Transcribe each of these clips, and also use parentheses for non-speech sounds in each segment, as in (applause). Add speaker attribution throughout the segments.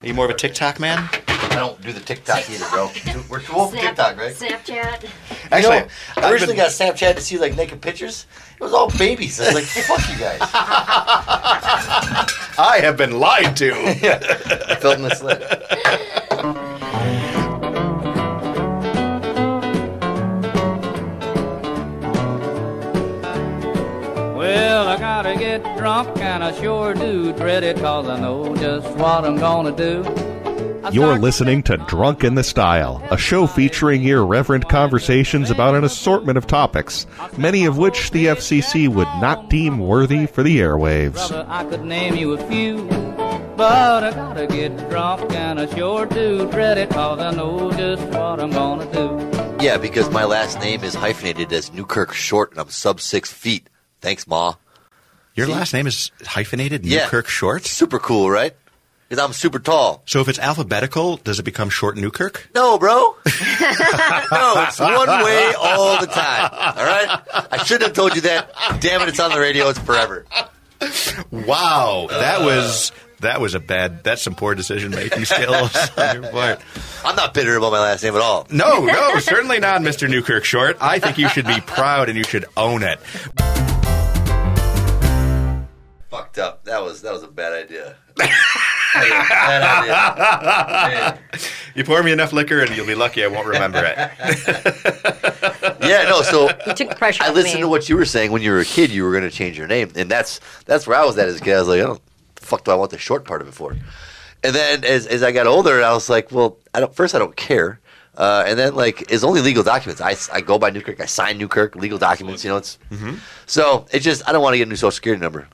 Speaker 1: Are you more of a TikTok man?
Speaker 2: I don't do the TikTok either, bro.
Speaker 3: (laughs)
Speaker 2: Too- We're too old for
Speaker 3: Snap-
Speaker 2: TikTok, right?
Speaker 3: Snapchat.
Speaker 1: Actually,
Speaker 2: you know, I
Speaker 1: I've
Speaker 2: originally
Speaker 1: been-
Speaker 2: got Snapchat to see like naked pictures. It was all babies. I was like, fuck you guys.
Speaker 1: I have been lied to.
Speaker 2: (laughs) I felt misled.
Speaker 4: Well, I gotta get drunk, and I sure do dread it, cause I know just what I'm gonna do. I
Speaker 5: You're
Speaker 4: start-
Speaker 5: listening to Drunk in the Style, a show featuring irreverent conversations about an assortment of topics, many of which the FCC would not deem worthy for the airwaves.
Speaker 4: Brother, I could name you a few, but I gotta get drunk, and I sure do dread it, cause I know just what I'm gonna do.
Speaker 2: Yeah, because my last name is hyphenated as Newkirk Short, and I'm sub six feet. Thanks, Ma.
Speaker 1: (laughs) Your
Speaker 2: See?
Speaker 1: last name is hyphenated,
Speaker 2: Yeah.
Speaker 1: Newkirk Short.
Speaker 2: Super cool, right? Because I'm super tall.
Speaker 1: So if it's alphabetical, does it become Short Newkirk?
Speaker 2: No, bro. (laughs) no, it's one way all the time. All right. I shouldn't have told you that. Damn it, it's on the radio. It's forever.
Speaker 1: Wow, that was that was a bad. That's some poor decision making (laughs) skills on your part.
Speaker 2: I'm not bitter about my last name at all.
Speaker 1: No, (laughs) no, certainly not, Mr. Newkirk Short. I think you should be proud and you should own it.
Speaker 2: Fucked up. That was that was a bad idea. Bad idea.
Speaker 1: You pour me enough liquor and you'll be lucky I won't remember (laughs) it.
Speaker 2: Yeah, no. So
Speaker 3: You took the pressure
Speaker 2: I
Speaker 3: off
Speaker 2: listened
Speaker 3: me.
Speaker 2: to what you were saying when you were a kid. You were going to change your name, and that's that's where I was at as a kid. I was like, I don't the fuck do I want the short part of it for? And then as as I got older, I was like, well, I don't. First, I don't care. Uh, and then like it's only legal documents. I, s- I go by Newkirk. I sign Newkirk legal documents. You know it's so it's just I don't want to get a new social security number.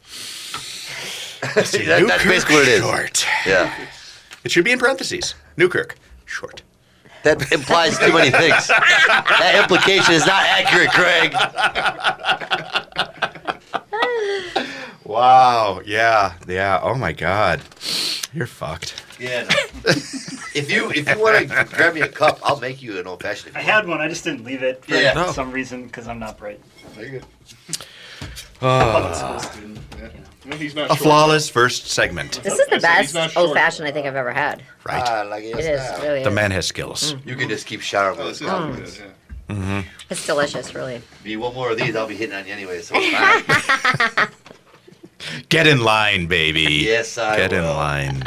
Speaker 2: That- that's basically what it is.
Speaker 1: Short.
Speaker 2: Yeah,
Speaker 1: It should be in parentheses. Newkirk Short.
Speaker 2: that implies too many things. that implication is not accurate, Craig.
Speaker 1: Wow. Yeah. Yeah. Oh my God. You're fucked.
Speaker 2: Yeah. no. (laughs) if you if you want to grab me a cup, I'll make you an old fashioned.
Speaker 6: I had one. I just didn't leave it for
Speaker 2: Yeah.
Speaker 1: No.
Speaker 6: some reason because I'm not bright.
Speaker 7: No, he's not
Speaker 1: A
Speaker 7: short.
Speaker 1: flawless first segment.
Speaker 3: This is
Speaker 7: I
Speaker 3: the
Speaker 7: said he's
Speaker 3: best
Speaker 7: not short.
Speaker 3: old fashioned I think I've ever had.
Speaker 1: Right.
Speaker 2: Ah, like
Speaker 3: It is really.
Speaker 1: The
Speaker 3: is.
Speaker 1: man has skills.
Speaker 2: You can just keep showering
Speaker 7: Oh,
Speaker 2: with
Speaker 7: this
Speaker 2: us.
Speaker 7: is
Speaker 2: now.
Speaker 7: good, yeah.
Speaker 3: It's delicious, really.
Speaker 2: Be one more of these, I'll be hitting on you anyway. So
Speaker 3: (laughs)
Speaker 2: it's fine.
Speaker 1: Get in line, baby.
Speaker 2: yes, I
Speaker 1: Get in
Speaker 2: will.
Speaker 1: line.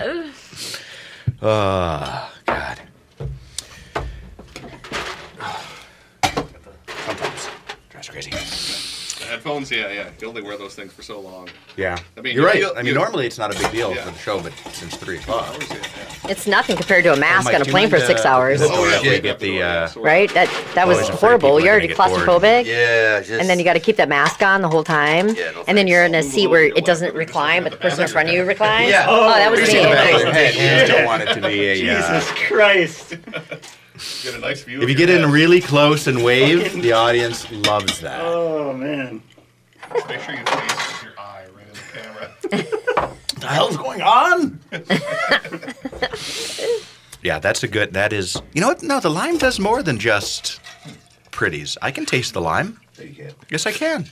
Speaker 1: Oh God. Sometimes drives me crazy.
Speaker 7: The headphones, yeah, yeah. You only wear those things for so long.
Speaker 1: Yeah.
Speaker 7: I mean,
Speaker 1: you're
Speaker 7: you-
Speaker 1: right.
Speaker 7: you-
Speaker 1: I mean,
Speaker 7: you-
Speaker 1: normally it's not a big deal
Speaker 7: Yeah.
Speaker 1: for the show, but since three o'clock.
Speaker 7: Hours, yeah, yeah.
Speaker 3: It's nothing compared to a mask
Speaker 1: Mike,
Speaker 3: on a
Speaker 1: Oh do you
Speaker 3: plane for
Speaker 1: mind,
Speaker 3: six
Speaker 1: uh,
Speaker 3: hours,
Speaker 1: Oh, yeah,
Speaker 7: Yeah,
Speaker 1: we
Speaker 7: yeah,
Speaker 1: get the,
Speaker 7: yeah,
Speaker 1: uh, (laughs)
Speaker 7: so-
Speaker 3: right? That that was
Speaker 1: I'm afraid people
Speaker 3: horrible.
Speaker 1: are
Speaker 3: You're already
Speaker 1: gonna get bored.
Speaker 3: claustrophobic,
Speaker 2: Yeah, just.
Speaker 3: and then you got to keep that mask on the whole time,
Speaker 2: Yeah, no
Speaker 3: and then you're in a
Speaker 7: thanks.
Speaker 3: seat where it doesn't recline, but the person in front of you reclines.
Speaker 2: Yeah.
Speaker 3: Oh, that was
Speaker 2: You're
Speaker 3: me.
Speaker 2: seeing the back of
Speaker 3: Like,
Speaker 2: their head.
Speaker 1: I still want it to be a.
Speaker 3: (laughs)
Speaker 1: uh,
Speaker 6: Jesus Christ!
Speaker 7: Get a nice view.
Speaker 1: If
Speaker 7: of
Speaker 1: you
Speaker 7: your
Speaker 1: get in
Speaker 7: head.
Speaker 1: really close and wave, the audience loves that.
Speaker 6: Oh man.
Speaker 7: make sure you face your eye right in the camera.
Speaker 1: What the hell's going on? (laughs) yeah, that's a good. That is. You know what? No, the lime does more than just pretties. I can taste the lime.
Speaker 2: No, you can't.
Speaker 1: Yes, I can.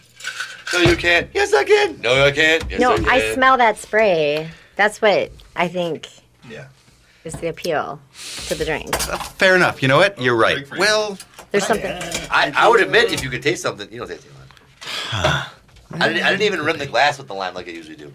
Speaker 2: No, you can't. Yes, I can. No, I can't. Yes,
Speaker 3: no,
Speaker 2: I, can.
Speaker 3: I smell that spray. That's what I think
Speaker 2: Yeah.
Speaker 3: is the appeal to the drink.
Speaker 1: Fair enough. You know what? You're right.
Speaker 7: Great for you.
Speaker 1: Well,
Speaker 3: There's something.
Speaker 2: I, I would admit if you could taste something, you don't taste anything.
Speaker 1: (sighs)
Speaker 2: I didn't, I didn't even rim the glass with the lime like I usually do.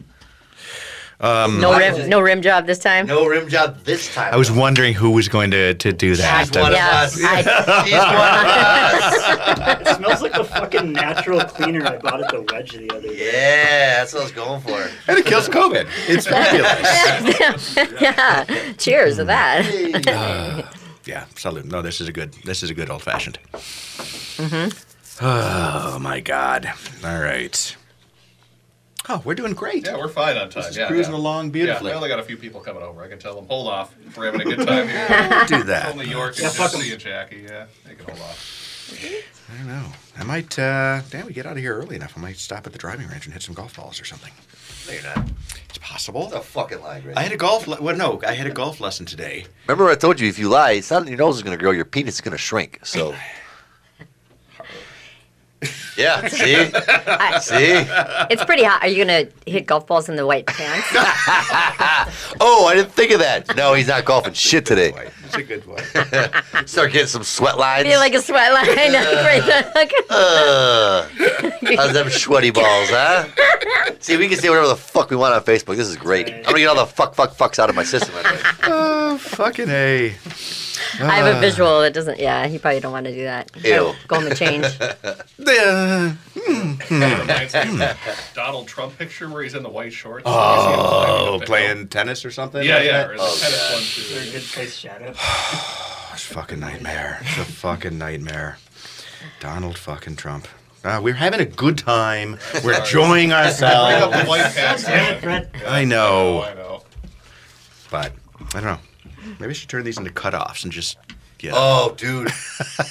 Speaker 3: No rim, no rim job this time.
Speaker 2: No rim job this time. (laughs)
Speaker 1: I was wondering who was going to, to do that. Uh,
Speaker 2: one of
Speaker 3: Yeah,
Speaker 2: us.
Speaker 3: I,
Speaker 2: She's one (laughs) of us.
Speaker 6: It smells like the fucking natural cleaner I bought at the Wedge the other day.
Speaker 2: Yeah, that's what I was going for.
Speaker 1: And it kills COVID. It's fabulous.
Speaker 3: yeah. Cheers to that.
Speaker 1: (laughs) yeah, salute. No, this is a good. This is a good old fashioned. Oh my God! All right. Oh, we're doing great.
Speaker 7: Yeah, we're fine on time.
Speaker 1: is
Speaker 7: yeah,
Speaker 1: cruising
Speaker 7: yeah.
Speaker 1: along beautifully.
Speaker 7: Yeah, I only got a few people coming over. I can tell them, hold off. We're having a good time here.
Speaker 1: do that.
Speaker 7: only York and
Speaker 6: fuck 'em.
Speaker 7: Jesse and Jackie. Yeah, they can hold off.
Speaker 1: I don't know. I might. Uh, damn, we get out of here early enough. I might stop at the driving range and hit some golf balls or something.
Speaker 2: No, you're not.
Speaker 1: It's possible.
Speaker 2: That's a fucking lie, Greg.
Speaker 1: I had a golf. Le- well, no, I had a golf lesson today.
Speaker 2: Remember, I told you if (laughs) you lie, it's not that your nose is going to grow, your penis is going to shrink. So Yeah, see?
Speaker 3: I-
Speaker 2: see?
Speaker 3: it's pretty hot. Are you gonna hit golf balls in the white pants?
Speaker 2: Oh, I didn't think of that. No, he's not golfing shit today.
Speaker 8: It's a good one.
Speaker 2: Start getting some sweat lines.
Speaker 3: Be like a sweat (laughs) line. Right there. (laughs)
Speaker 2: Uh, how's them sweaty balls, huh? See, we can say whatever the fuck we want on Facebook. This is great. I'm gonna get all the fuck, fuck, fucks out of my system. I
Speaker 1: (laughs)
Speaker 2: think.
Speaker 1: Oh, fucking A.
Speaker 3: I have a visual that doesn't. Yeah, you probably don't want to do that.
Speaker 2: Ew.
Speaker 3: Go home and change.
Speaker 1: Uh,
Speaker 7: Reminds me of that Donald Trump picture where he's in the white shorts.
Speaker 8: Oh,
Speaker 1: oh, playing tennis or something?
Speaker 7: Yeah,
Speaker 1: like
Speaker 7: yeah.
Speaker 1: that? Oh,
Speaker 7: or the tennis one, too.
Speaker 6: They're a good place shadow.
Speaker 1: It's a fucking nightmare. It's a fucking nightmare. Donald fucking Trump. Ah, we're having a good time. We're enjoying
Speaker 7: Bring up
Speaker 1: ourselves.
Speaker 7: the white pants.
Speaker 6: Damn it, Brett.
Speaker 1: I know,
Speaker 7: I know.
Speaker 1: but I don't know. Maybe I should turn these into cutoffs and just yeah.
Speaker 2: Oh, dude,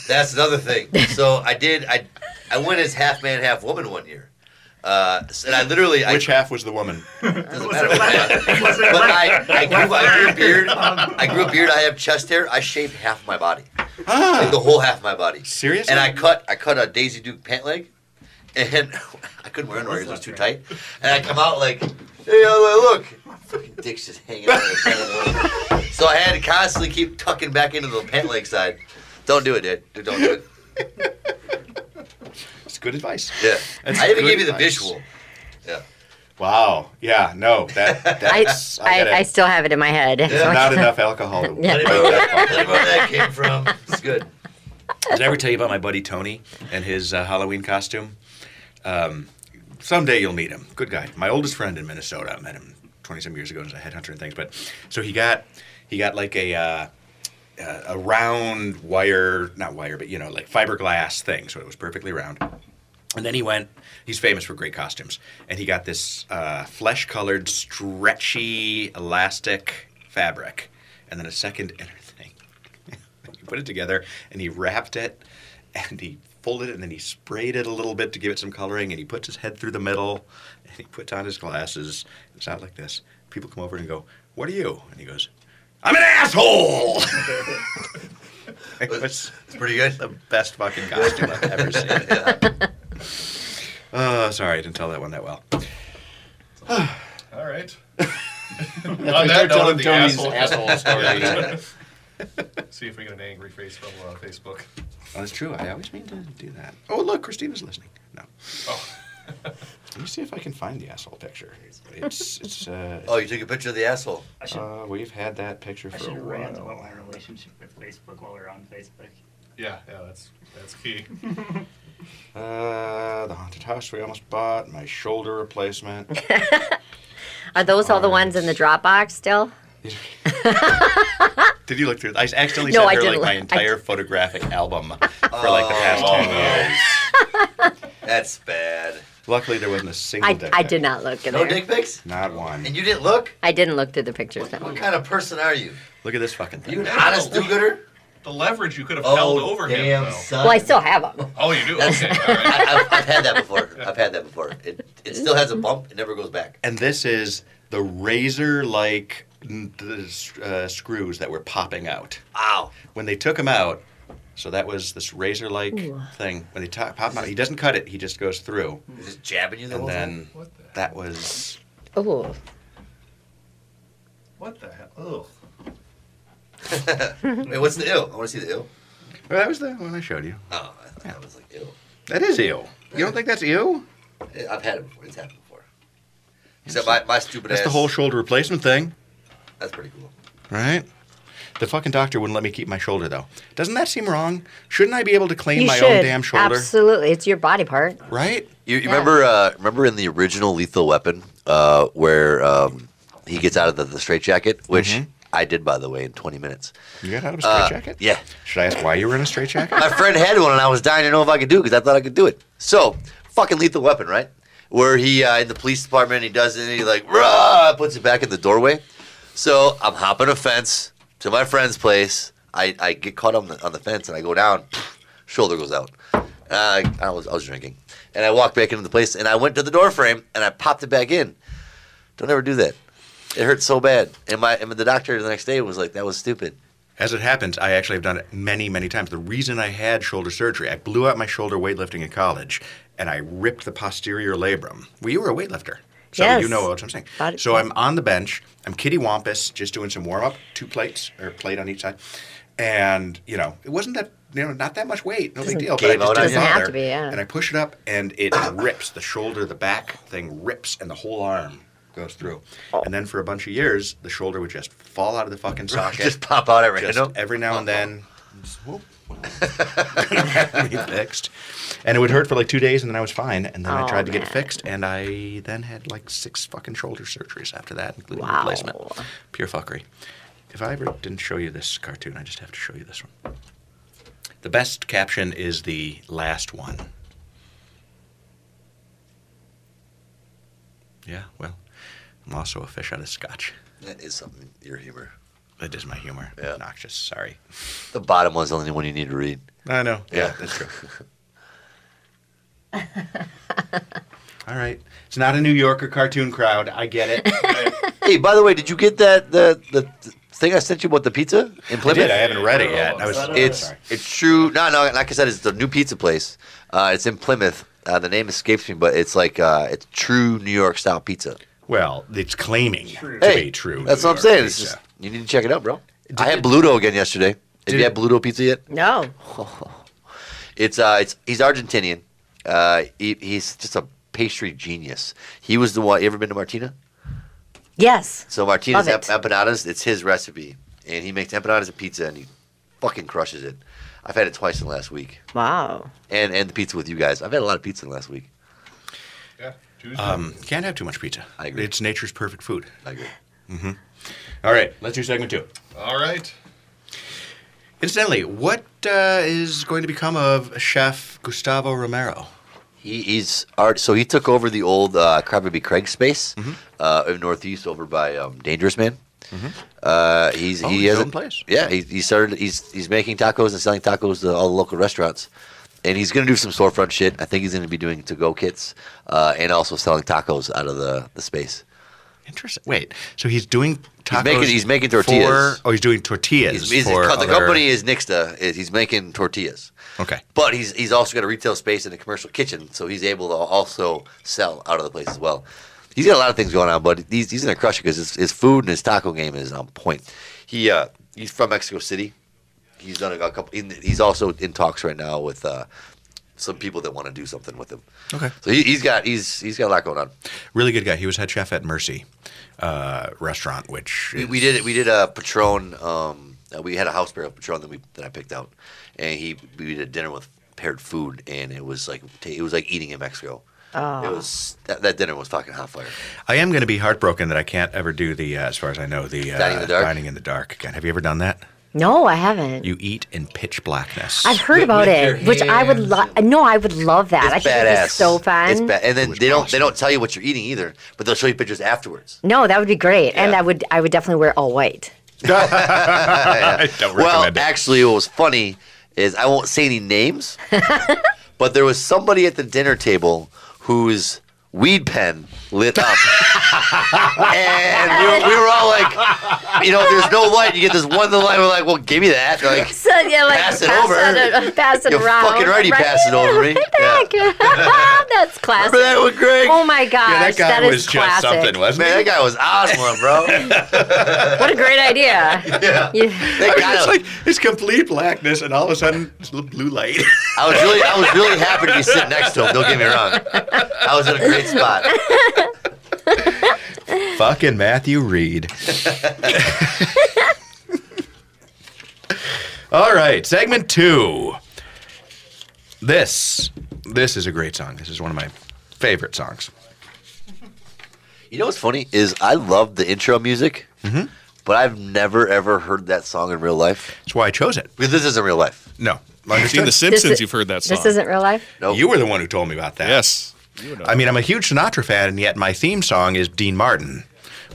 Speaker 2: that's another thing. So I did. I I went as half man, half woman one year. Uh, and I literally, I
Speaker 1: Which half was the woman?
Speaker 2: doesn't matter. but I, I, grew, I grew a beard. I grew a beard. I have chest hair. I shaved half my body, like the whole half of my body.
Speaker 1: Ah. Seriously?
Speaker 2: And I cut I cut a Daisy Duke pant leg, and (laughs) I couldn't wear underwear because it was too tight. And I come out like, hey, I look, fucking dick's just hanging out. on the side of the road. So I had to constantly keep tucking back into the pant leg side. Don't do it, dude. Dude, Don't do it.
Speaker 1: That's good advice.
Speaker 2: Yeah,
Speaker 1: That's
Speaker 2: I even
Speaker 1: good
Speaker 2: gave you the
Speaker 1: advice.
Speaker 2: visual. Yeah.
Speaker 1: Wow. Yeah. No.
Speaker 2: (laughs)
Speaker 1: That.
Speaker 3: I,
Speaker 1: That's,
Speaker 3: I,
Speaker 1: gotta-
Speaker 3: I still have it in my head. So- (laughs)
Speaker 1: not enough alcohol. to-
Speaker 3: Yeah.
Speaker 2: I didn't know where that- I didn't know where that came from. It's good.
Speaker 1: Did I ever tell you about my buddy Tony and his uh, Halloween costume? Um, someday you'll meet him. Good guy. My oldest friend in Minnesota. I met him 20 some years ago as a headhunter and things. But so he got he got like a uh, uh, a round wire, not wire, but you know, like fiberglass thing. So it was perfectly round. And then he went. He's famous for great costumes, and he got this uh, flesh-colored, stretchy, elastic fabric, and then a second (laughs) inner thing. he put it together, and he wrapped it, and he folded it, and then he sprayed it a little bit to give it some coloring, and he puts his head through the middle, and he puts on his glasses. It's out like this. People come over and go, "What are you?" And he goes, "I'm an asshole." (laughs) it was
Speaker 2: It's pretty good.
Speaker 1: the best fucking costume I've ever
Speaker 2: (laughs)
Speaker 1: seen. Oh, sorry, I didn't tell that one that well.
Speaker 7: All
Speaker 2: (laughs)
Speaker 7: right. On that note of the asshole,
Speaker 1: story.
Speaker 2: (laughs)
Speaker 7: see if we get an angry face from uh, Facebook.
Speaker 1: That's true. I always mean to do that. Oh, look, Christina's listening. No.
Speaker 7: Oh.
Speaker 1: Let me see if I can find the asshole picture. It's it's. Uh,
Speaker 2: Oh, you took a picture of the asshole.
Speaker 6: I should,
Speaker 1: uh, we've had that picture
Speaker 6: I
Speaker 1: for
Speaker 6: should
Speaker 1: a
Speaker 6: rant about
Speaker 1: while.
Speaker 6: my relationship with Facebook while we're on Facebook.
Speaker 7: Yeah, yeah, that's that's key.
Speaker 1: Uh, the haunted house we almost bought. My shoulder replacement.
Speaker 3: Are those all the ones in the Dropbox still?
Speaker 1: (laughs) Did you look through? I accidentally
Speaker 3: No,
Speaker 1: sent
Speaker 3: I
Speaker 1: her like
Speaker 3: didn't
Speaker 1: my
Speaker 3: look. I-
Speaker 1: entire photographic
Speaker 3: (laughs)
Speaker 1: album for like the past
Speaker 2: Oh.
Speaker 1: ten years.
Speaker 2: That's bad.
Speaker 1: Luckily, there wasn't a single.
Speaker 3: I,
Speaker 1: dick
Speaker 3: I
Speaker 1: pic.
Speaker 3: did not look in
Speaker 2: No
Speaker 3: there.
Speaker 2: dick pics?
Speaker 1: Not one.
Speaker 2: And you didn't look?
Speaker 3: I didn't look through the pictures. No.
Speaker 2: What kind of person are you?
Speaker 1: Look at this fucking
Speaker 2: Are you
Speaker 1: thing.
Speaker 2: an honest do-gooder?
Speaker 7: The leverage you could have held
Speaker 2: Oh,
Speaker 7: over him.
Speaker 2: damn
Speaker 7: Though.
Speaker 2: son.
Speaker 3: Well, I still have them.
Speaker 7: Oh, you do. Okay, all right.
Speaker 2: (laughs) I- I've, I've had that before. I've had that before. It, it still has a bump. It never goes back.
Speaker 1: and this is the razor like uh, screws that were popping out
Speaker 2: Ow.
Speaker 1: when they took him out so that was this razor like thing when they to- pop him out he doesn't cut it he just goes through
Speaker 2: Is this jabbing you the
Speaker 1: and
Speaker 2: whole time?
Speaker 1: then that was
Speaker 3: Oh,
Speaker 7: What the hell?
Speaker 2: Wait, what's the ill? I want to see the ill.
Speaker 1: well, that was the one i showed you
Speaker 2: Oh, I thought that was like ill.
Speaker 1: that is ew you don't think that's ew
Speaker 2: I've had it before. It's happened before. Except my, my stupid
Speaker 1: that's
Speaker 2: ass.
Speaker 1: the whole shoulder replacement thing
Speaker 2: That's pretty cool.
Speaker 1: right the fucking doctor wouldn't let me keep my shoulder though doesn't that seem wrong shouldn't i be able to claim
Speaker 3: you
Speaker 1: my
Speaker 3: should
Speaker 1: own damn shoulder
Speaker 3: absolutely. It's your body part.
Speaker 1: right
Speaker 2: You, you
Speaker 3: Yeah.
Speaker 2: remember uh, remember in the original Lethal Weapon uh, where um, he gets out of the, the straitjacket, which I did by the way in 20 minutes.
Speaker 1: you got out of a
Speaker 2: Uh,
Speaker 1: straitjacket
Speaker 2: yeah.
Speaker 1: should i ask why you were in a straitjacket
Speaker 2: My friend had one, and I was dying to know if I could do it because I thought I could do it. So fucking Lethal Weapon, right? Where he uh, in the police department, he does it, and he like rah, puts it back in the doorway. So I'm hopping a fence to my friend's place. I, I get caught on the, on the fence, and I go down. (sniffs) Shoulder goes out. Uh, I was I was drinking, and I walked back into the place, and I went to the door frame, and I popped it back in. Don't ever do that. It hurt so bad. And my and the doctor the next day was like, "That was stupid.
Speaker 1: As it happens, I actually have done it many, many times. The reason I had shoulder surgery, I blew out my shoulder weightlifting in college, and I ripped the posterior labrum. Well, you were a weightlifter, so
Speaker 3: Yes.
Speaker 1: you know what I'm saying.
Speaker 3: Body-
Speaker 1: so I'm on the bench. I'm Kitty Wampus, just doing some warm up, two plates or a plate on each side, and you know it wasn't that you know not that much weight, no big deal. But I
Speaker 2: Gave
Speaker 1: just
Speaker 2: out on
Speaker 1: didn't
Speaker 2: you.
Speaker 3: Doesn't have
Speaker 1: bother,
Speaker 3: to be, yeah.
Speaker 1: And I push it up, and it (coughs) rips the shoulder, the back thing rips, and the whole arm goes through.
Speaker 3: Oh.
Speaker 1: And then for a bunch of years, the shoulder would just fall out of the fucking socket
Speaker 2: (laughs) Just pop out at
Speaker 1: just
Speaker 2: random.
Speaker 1: every now and then. just, whoop. (laughs) Be fixed, and it would hurt for like two days, and then I was fine. And then I
Speaker 3: Oh,
Speaker 1: tried to get it
Speaker 3: man.
Speaker 1: fixed, and I then had like six fucking shoulder surgeries after that, including
Speaker 3: Wow.
Speaker 1: replacement. Pure fuckery. If I ever didn't show you this cartoon, I just have to show you this one. The best caption is the last one. Yeah, well, I'm also a fish out of scotch.
Speaker 2: That is something. Your humor.
Speaker 1: That is my humor.
Speaker 2: Yeah.
Speaker 1: Noxious. Sorry.
Speaker 2: The bottom one's the only one you need to read.
Speaker 1: I know.
Speaker 2: Yeah.
Speaker 1: that's true. All right. It's not a New Yorker cartoon crowd. I get it. I
Speaker 2: (laughs) Hey, by the way, did you get that the the the thing I sent you about the pizza in Plymouth?
Speaker 1: did. I haven't read it yet. I was.
Speaker 6: Oh,
Speaker 2: It's
Speaker 1: sorry.
Speaker 2: it's true. No, no. Like I said, it's the new pizza place. Uh, it's in Plymouth. Uh, the name escapes me, but it's like uh, it's true New York style pizza.
Speaker 1: Well, it's claiming
Speaker 6: True.
Speaker 1: to
Speaker 2: hey,
Speaker 1: be true.
Speaker 2: That's
Speaker 1: New
Speaker 2: what I'm
Speaker 1: York
Speaker 2: saying. It's
Speaker 1: pizza.
Speaker 2: just, you need to check it out, bro. I had Bluto again yesterday. Have
Speaker 1: did-
Speaker 2: you had Bluto pizza yet?
Speaker 3: No.
Speaker 2: It's uh, it's he's Argentinian. Uh, he, he's just a pastry genius. He was the one. You ever been to Martina?
Speaker 3: Yes.
Speaker 2: So Martina's
Speaker 3: Love it.
Speaker 2: em- empanadas. It's his recipe, and he makes empanadas and pizza, and he fucking crushes it. I've had it twice in the last week,
Speaker 3: Wow.
Speaker 2: and and the pizza with you guys. I've had a lot of pizza in the last week.
Speaker 7: Yeah, Tuesday.
Speaker 1: Um, can't have too much pizza.
Speaker 2: I agree.
Speaker 1: It's nature's perfect food. Mm-hmm.
Speaker 2: I agree.
Speaker 1: All right. Let's do segment two.
Speaker 8: Uh,
Speaker 7: All right.
Speaker 1: Incidentally, what uh, is going to become of Chef Gustavo Romero?
Speaker 2: He, he's art. So he took over the old uh, Crybaby Craig space uh, in Northeast over by um, Dangerous Man. Uh, he's
Speaker 1: Oh,
Speaker 2: he
Speaker 1: his
Speaker 2: has
Speaker 1: own place.
Speaker 2: Yeah, he, he started. He's he's making tacos and selling tacos to all the local restaurants, and he's going to do some storefront shit. I think he's going to be doing to go kits uh, and also selling tacos out of the, the space.
Speaker 1: Interesting. Wait. So he's doing tacos.
Speaker 2: making- he's making tortillas.
Speaker 1: For, oh, he's doing tortillas.
Speaker 2: He's, he's,
Speaker 1: for
Speaker 2: the
Speaker 1: other-
Speaker 2: company is Nixta. Is he's making tortillas,
Speaker 1: Okay.
Speaker 2: but he's he's also got a retail space and a commercial kitchen, so he's able to also sell out of the place as well. He's got a lot of things going on, but he's he's gonna crush it because his, his food and his taco game is on point. He uh, he's from Mexico City. He's done a couple. In, he's also in talks right now with uh, some people that want to do something with him.
Speaker 1: Okay.
Speaker 2: So he, he's got he's he's got a lot going on.
Speaker 1: Really good guy. He was head chef at Mercy uh, restaurant, which
Speaker 2: we,
Speaker 1: is-
Speaker 2: we did we did a patron. Um, uh, we had a house pair of patron that we that I picked out, and he we did dinner with paired food, and it was like ta- it was like eating in Mexico. It
Speaker 3: Oh.
Speaker 2: was that, that dinner was fucking hot fire.
Speaker 1: I am going to be heartbroken that I can't ever do the, uh, as far as I know, the uh,
Speaker 2: Dining in the dark?
Speaker 1: dining in the dark again. Have you ever done that?
Speaker 3: No, I haven't.
Speaker 1: You eat in pitch blackness.
Speaker 3: I've heard
Speaker 2: With-
Speaker 3: about
Speaker 2: with your
Speaker 3: it, which I would love. No, I would love Ah, that. I
Speaker 2: It's
Speaker 3: think it'd
Speaker 2: badass.
Speaker 3: be so fun.
Speaker 2: It's bad, and then
Speaker 1: was
Speaker 2: they don't they
Speaker 1: awesome.
Speaker 2: don't tell you what you're eating either, but they'll show you pictures afterwards.
Speaker 3: No, that would be great, and
Speaker 2: Yeah.
Speaker 3: I would. I would definitely wear all white.
Speaker 1: I don't
Speaker 2: Well,
Speaker 1: recommend it.
Speaker 2: actually, what was funny is I won't say any names, but there was somebody at the dinner table whose weed pen lit up. and we were, we were all like, you know, there's no light. You get this one little light. We're like, well, give me that. They're like,
Speaker 3: So yeah, like
Speaker 2: Pass it over.
Speaker 3: It, pass it
Speaker 2: You're
Speaker 3: around.
Speaker 2: fucking right, you pass it over
Speaker 3: (laughs)
Speaker 2: me.
Speaker 3: Right back. (laughs) That's classic.
Speaker 2: remember that one, Greg?
Speaker 3: Oh my gosh,
Speaker 1: yeah, that guy
Speaker 3: that is
Speaker 1: was just
Speaker 3: classic.
Speaker 1: something, wasn't
Speaker 2: Man,
Speaker 1: he?
Speaker 2: that guy was awesome,
Speaker 1: (laughs)
Speaker 2: bro. That
Speaker 3: What a
Speaker 2: (laughs)
Speaker 3: great idea. yeah.
Speaker 1: I mean, (laughs)
Speaker 2: guy-
Speaker 1: it's like it's complete blackness, and all of a sudden, it's l- blue light.
Speaker 2: I was really, I was really happy to be sitting next to him. Don't get me wrong. I was in a great spot.
Speaker 1: (laughs) Fucking Matthew Reed. (laughs) All right, segment two. This this is a great song. This is one of my favorite songs.
Speaker 2: You know what's funny is I love the intro music, but I've never ever heard that song in real life
Speaker 1: That's why I chose it.
Speaker 2: because this isn't real life.
Speaker 1: No,
Speaker 8: You've seen The
Speaker 3: This
Speaker 8: Simpsons.
Speaker 3: i-
Speaker 8: You've heard that song.
Speaker 3: This isn't real life.
Speaker 2: Nope.
Speaker 1: You were the one who told me about that.
Speaker 8: Yes. You would know.
Speaker 1: I mean, I'm a huge Sinatra fan, and yet my theme song is Dean Martin,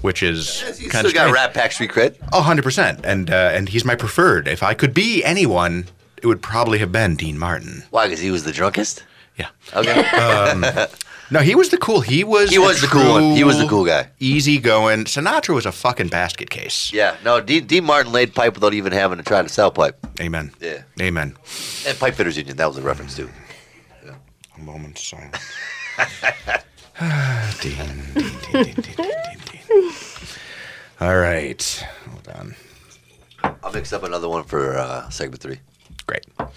Speaker 1: which is
Speaker 2: You
Speaker 1: kind
Speaker 2: still
Speaker 1: of
Speaker 2: got Rat Pack Street cred.
Speaker 1: Oh, 100%. And, uh, and he's my preferred. If I could be anyone, it would probably have been Dean Martin.
Speaker 2: Why? Because he was the drunkest.
Speaker 1: Yeah.
Speaker 2: Okay.
Speaker 1: No, he was the cool. He was
Speaker 2: He was
Speaker 1: a
Speaker 2: the cool one. He was the
Speaker 1: true,
Speaker 2: cool guy.
Speaker 1: Easy going. Sinatra was a fucking basket case.
Speaker 2: Yeah, no, D, D. Martin laid pipe without even having to try to sell pipe.
Speaker 1: Amen.
Speaker 2: Yeah.
Speaker 1: Amen.
Speaker 2: And Pipe Fitters Union, that was a reference too.
Speaker 1: A moment of (laughs) silence. Ding, ding, ding, ding, ding, ding, ding. All right. Hold on.
Speaker 2: I'll mix up another one for uh, segment three. (laughs)
Speaker 1: Great. All right.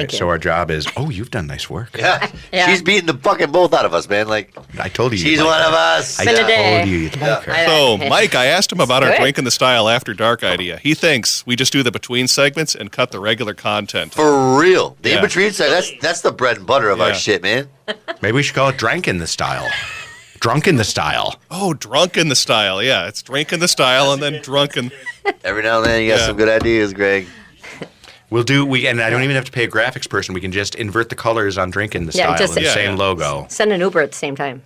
Speaker 3: Thank you.
Speaker 1: So our job is. Oh, you've done nice work.
Speaker 2: Yeah.
Speaker 3: Yeah.
Speaker 2: she's beating the fucking both out of us, man. Like
Speaker 1: I told you. you'd
Speaker 2: she's
Speaker 1: like
Speaker 2: one
Speaker 1: her.
Speaker 2: of us.
Speaker 1: I
Speaker 3: Spend a day.
Speaker 1: told you you'd like her.
Speaker 3: I-
Speaker 8: So, Mike, I asked him about our
Speaker 3: Good.
Speaker 8: Drink in the Style After Dark idea. He thinks we just do the between segments and cut the regular content.
Speaker 2: For real, the
Speaker 8: Yeah.
Speaker 2: in between side. That's that's the bread and butter of our
Speaker 8: Yeah.
Speaker 2: shit, man.
Speaker 1: Maybe we should call it drank in the style. Drunk in the style.
Speaker 8: Oh, Drunk in the Style. Yeah, it's Drink in the Style and then Drunk in.
Speaker 2: Every now and then you got
Speaker 8: Yeah.
Speaker 2: some good ideas, Greg.
Speaker 1: We'll do. We and I don't even have to pay a graphics person. We can just invert the colors on drink in the
Speaker 3: Yeah,
Speaker 1: style.
Speaker 3: just-
Speaker 1: and the
Speaker 8: Yeah,
Speaker 1: same
Speaker 8: yeah.
Speaker 1: logo.
Speaker 3: Send an Uber at the same time.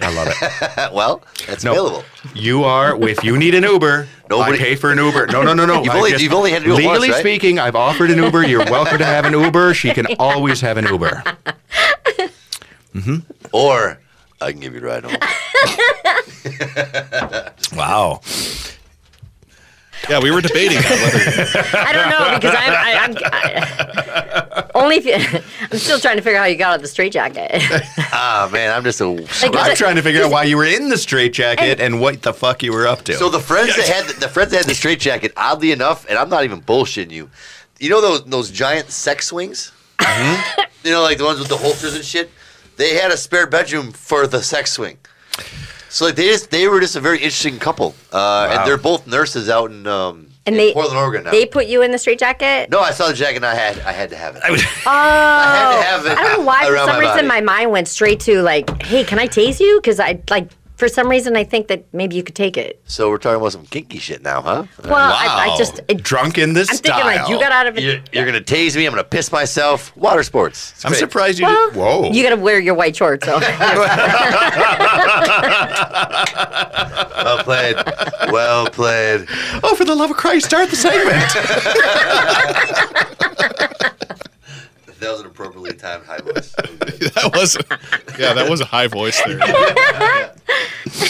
Speaker 1: I love it.
Speaker 2: (laughs) well, that's
Speaker 1: No.
Speaker 2: available.
Speaker 1: You are if you need an Uber.
Speaker 2: Nobody-
Speaker 1: I pay for an Uber. No, no, no, no.
Speaker 2: (laughs) You've
Speaker 1: I
Speaker 2: only- you've only had to do it
Speaker 1: legally
Speaker 2: once, right?
Speaker 1: speaking. I've offered an Uber. You're welcome to have an Uber. She
Speaker 2: (laughs)
Speaker 1: can always have an Uber.
Speaker 2: Or I can give you a
Speaker 3: (laughs)
Speaker 2: ride home.
Speaker 1: Wow.
Speaker 8: Yeah, we were debating that whether
Speaker 3: I don't know because I'm, I, I'm I,
Speaker 2: (laughs)
Speaker 3: only if you, (laughs) I'm still trying to figure out how you got out of the straitjacket. (laughs)
Speaker 2: ah, man, I'm just a.
Speaker 1: I'm
Speaker 3: Does it-
Speaker 1: trying to figure out why you were in the straitjacket and what the fuck you were up to.
Speaker 2: So the friends that had the, the friends that had the straight jacket, oddly enough, and I'm not even bullshitting you. You know those those giant sex swings?
Speaker 3: Mm-hmm.
Speaker 2: you know, like the ones with the holsters and shit. They had a spare bedroom for the sex swing. So like they just they were just a very interesting couple, uh, and they're both nurses out in um in
Speaker 3: And they-
Speaker 2: Portland, Oregon now.
Speaker 3: they put you in the straitjacket.
Speaker 2: no, I saw the jacket. and I had I had to have it. I was
Speaker 3: Oh, I,
Speaker 2: have it
Speaker 3: don't know why. For
Speaker 2: around
Speaker 3: some
Speaker 2: my
Speaker 3: reason,
Speaker 2: body.
Speaker 3: my mind went straight to like, "Hey, can I tase you?" Because I like. For some reason, I think that maybe you could take it.
Speaker 2: so we're talking about some kinky shit now, huh?
Speaker 3: Well, I, I just it,
Speaker 1: drunk in this
Speaker 3: I'm
Speaker 1: style.
Speaker 3: thinking like you
Speaker 2: (laughs)
Speaker 3: got out of it.
Speaker 2: You're, you're gonna tase me. I'm gonna piss myself. Water sports. It's
Speaker 1: I'm
Speaker 2: great.
Speaker 1: surprised you.
Speaker 3: Well,
Speaker 1: did- Whoa.
Speaker 3: You got to wear your white
Speaker 2: (laughs)
Speaker 3: shorts. So.
Speaker 2: Well played. (laughs) well played.
Speaker 1: oh, for the love of Christ! Start the segment.
Speaker 2: That was an appropriately timed high voice.
Speaker 8: that was. Yeah, that was a high voice there.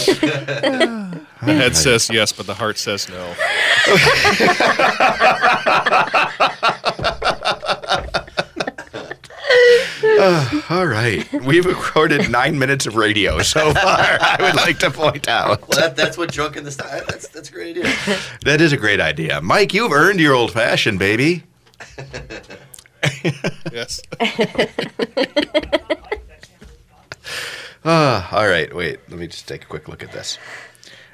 Speaker 8: The head says yes, but the heart says no.
Speaker 1: (laughs) All right, we've recorded nine minutes of radio so far. I would like to point out.
Speaker 2: Well, that, that's what drunk in the style. That's that's a great idea.
Speaker 1: That is a great idea. Mike, you've earned your old fashioned, baby.
Speaker 8: Yes.
Speaker 1: Uh, all right, wait. Let me just take a quick look at this.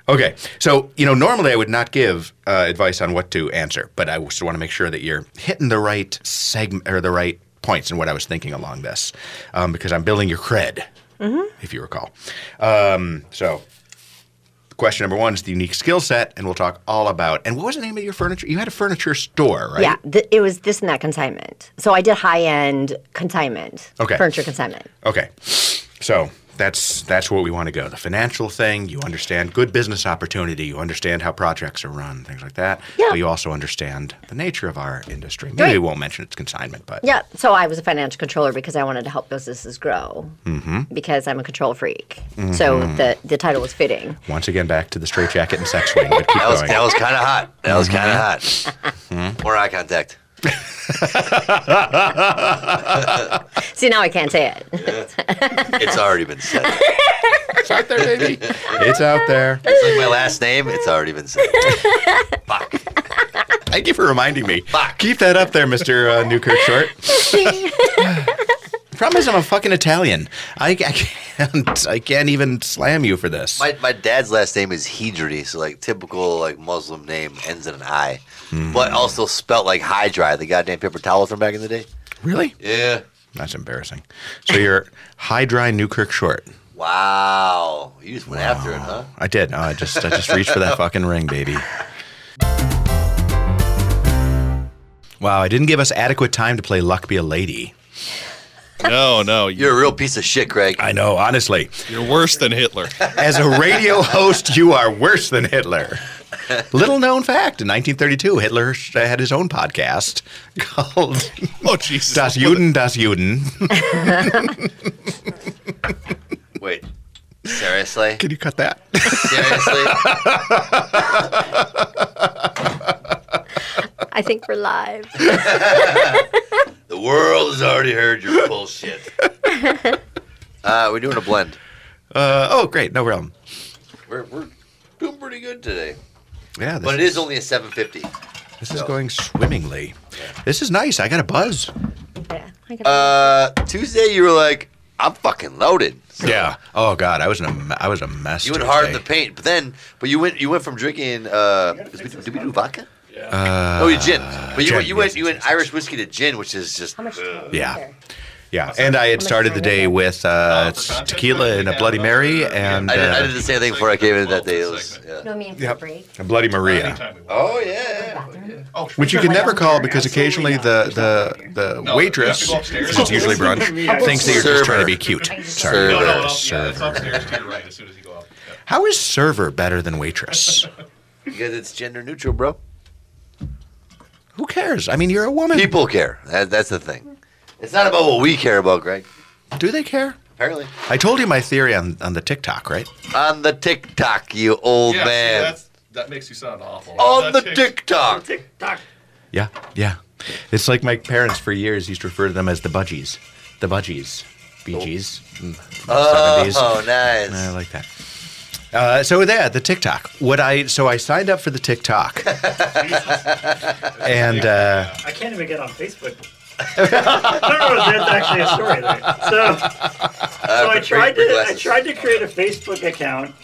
Speaker 1: Okay, so you know normally I would not give uh, advice on what to answer, but I just want to make sure that you're hitting the right segment or the right points in what I was thinking along this, um, because I'm building your cred, if you recall. Um, so, question number one is the unique skill set, and we'll talk all about. And what was the name of your furniture? You had a furniture store, right?
Speaker 3: Yeah, th- it was this and that consignment. So I did high end consignment,
Speaker 1: Okay.
Speaker 3: furniture consignment.
Speaker 1: Okay. So that's that's where we want to go. The financial thing, you understand good business opportunity, you understand how projects are run, things like that.
Speaker 3: Yeah.
Speaker 1: But you also understand the nature of our industry. Maybe we won't mention it's consignment, but
Speaker 3: Yeah, so I was a financial controller because I wanted to help businesses grow mm-hmm. because I'm a control freak. So
Speaker 2: Mm-hmm.
Speaker 3: the the title was fitting.
Speaker 1: once again back to the straitjacket and sex swing, (laughs) but keep
Speaker 2: That was
Speaker 1: going.
Speaker 2: that was kind of hot. That was kind of hot. Hmm? More eye contact.
Speaker 3: See, now I can't say it.
Speaker 2: It's already been said.
Speaker 1: It's out there, baby. It's out there.
Speaker 2: It's like my last name. It's already been said. Fuck.
Speaker 1: Thank you for reminding me. Keep that up there, Mr. Uh, Newkirk Short.
Speaker 2: (laughs)
Speaker 1: Problem is, I'm a fucking Italian. I, I can't. I can't even slam you for this.
Speaker 2: My, my dad's last name is Hijri, so like typical like Muslim name ends in an I, but also spelt like Hydra, the goddamn paper towel from back in the day.
Speaker 1: really?
Speaker 2: Yeah.
Speaker 1: That's embarrassing. So you're high dry Newkirk Short.
Speaker 2: Wow. You just went after it, huh?
Speaker 1: I did. Oh, I just I just reached for (laughs) that fucking ring, baby. Wow, I didn't give us adequate time to play Luck Be a Lady.
Speaker 8: No, no. You're,
Speaker 2: You're a real piece of shit, Greg.
Speaker 1: I know, honestly.
Speaker 8: you're worse than Hitler.
Speaker 1: As a (laughs) radio host, you are worse than Hitler. Little known fact in 1932, Hitler had his own podcast (laughs) called
Speaker 8: Oh, Jesus.
Speaker 1: Das Juden, Das Juden.
Speaker 2: Seriously?
Speaker 1: (laughs) Can you cut that?
Speaker 2: Seriously?
Speaker 3: (laughs) I think we're live.
Speaker 2: the world has already heard
Speaker 1: (laughs)
Speaker 2: your bullshit. uh, we're doing a blend.
Speaker 1: (laughs) uh, oh, great. No problem.
Speaker 2: We're, we're doing pretty good today.
Speaker 1: Yeah, this,
Speaker 2: But it is only a 750.
Speaker 1: this is going swimmingly. This is nice. I got a buzz.
Speaker 3: yeah. I gotta-
Speaker 2: Uh, Tuesday, you were like, I'm fucking loaded.
Speaker 1: (laughs)
Speaker 2: So
Speaker 1: Yeah. Oh God, I was in a me- I was a mess.
Speaker 2: You went
Speaker 1: Tuesday.
Speaker 2: hard in the paint, but then, but you went, you went from drinking. Uh, did we, did we do vodka? Yeah. oh, you gin. But
Speaker 1: Uh, gin,
Speaker 2: you went, you went,
Speaker 1: yes,
Speaker 2: you
Speaker 1: yes,
Speaker 2: went Irish whiskey to gin, which is just
Speaker 3: How much time? is
Speaker 1: yeah.
Speaker 3: there?
Speaker 1: Yeah, and I had started the day with
Speaker 7: Oh,
Speaker 1: uh, tequila and a Bloody Mary and
Speaker 2: I did, I did
Speaker 1: uh,
Speaker 2: the same thing before I came in that day. It was, yeah.
Speaker 3: No, I mean, for
Speaker 1: Yep.
Speaker 3: break.
Speaker 1: a Bloody Maria,
Speaker 7: Anytime we want.
Speaker 2: Oh yeah.
Speaker 7: Oh,
Speaker 1: which you can never call because occasionally the the the
Speaker 7: No,
Speaker 1: waitress,
Speaker 7: you have to go upstairs.
Speaker 1: since it's usually brunch,
Speaker 6: Yeah.
Speaker 1: thinks that you're just
Speaker 2: Server.
Speaker 1: trying to be cute. Sorry,
Speaker 2: Server.
Speaker 7: No, no, no. Yeah, it's
Speaker 1: server.
Speaker 7: upstairs to your right as soon as you go up. Yeah.
Speaker 1: How is server better than waitress?
Speaker 7: (laughs)
Speaker 2: Because it's gender neutral, bro.
Speaker 1: Who cares? I mean, you're a woman.
Speaker 2: People care. That, that's the thing. It's not about what we care about, Greg.
Speaker 1: Do they care?
Speaker 2: Apparently,
Speaker 1: I told you my theory on, on the TikTok, right?
Speaker 2: on the TikTok, you old
Speaker 7: Yeah, see,
Speaker 2: man.
Speaker 7: that's, that makes you sound awful.
Speaker 2: on the
Speaker 7: That takes-
Speaker 2: TikTok.
Speaker 6: TikTok.
Speaker 1: Yeah, yeah. It's like my parents for years used to refer to them as the budgies, the budgies, BGs. Mm,
Speaker 2: Oh,
Speaker 1: 70s.
Speaker 2: oh,
Speaker 1: I
Speaker 2: nice.
Speaker 1: like that. Uh, so there, the TikTok. What I so I signed up for the TikTok, and uh,
Speaker 6: I can't even get on Facebook. I don't know if that's actually a story there. So, so I
Speaker 2: bring-
Speaker 6: tried
Speaker 2: bring
Speaker 6: to I
Speaker 2: glasses.
Speaker 6: tried to create a Facebook account,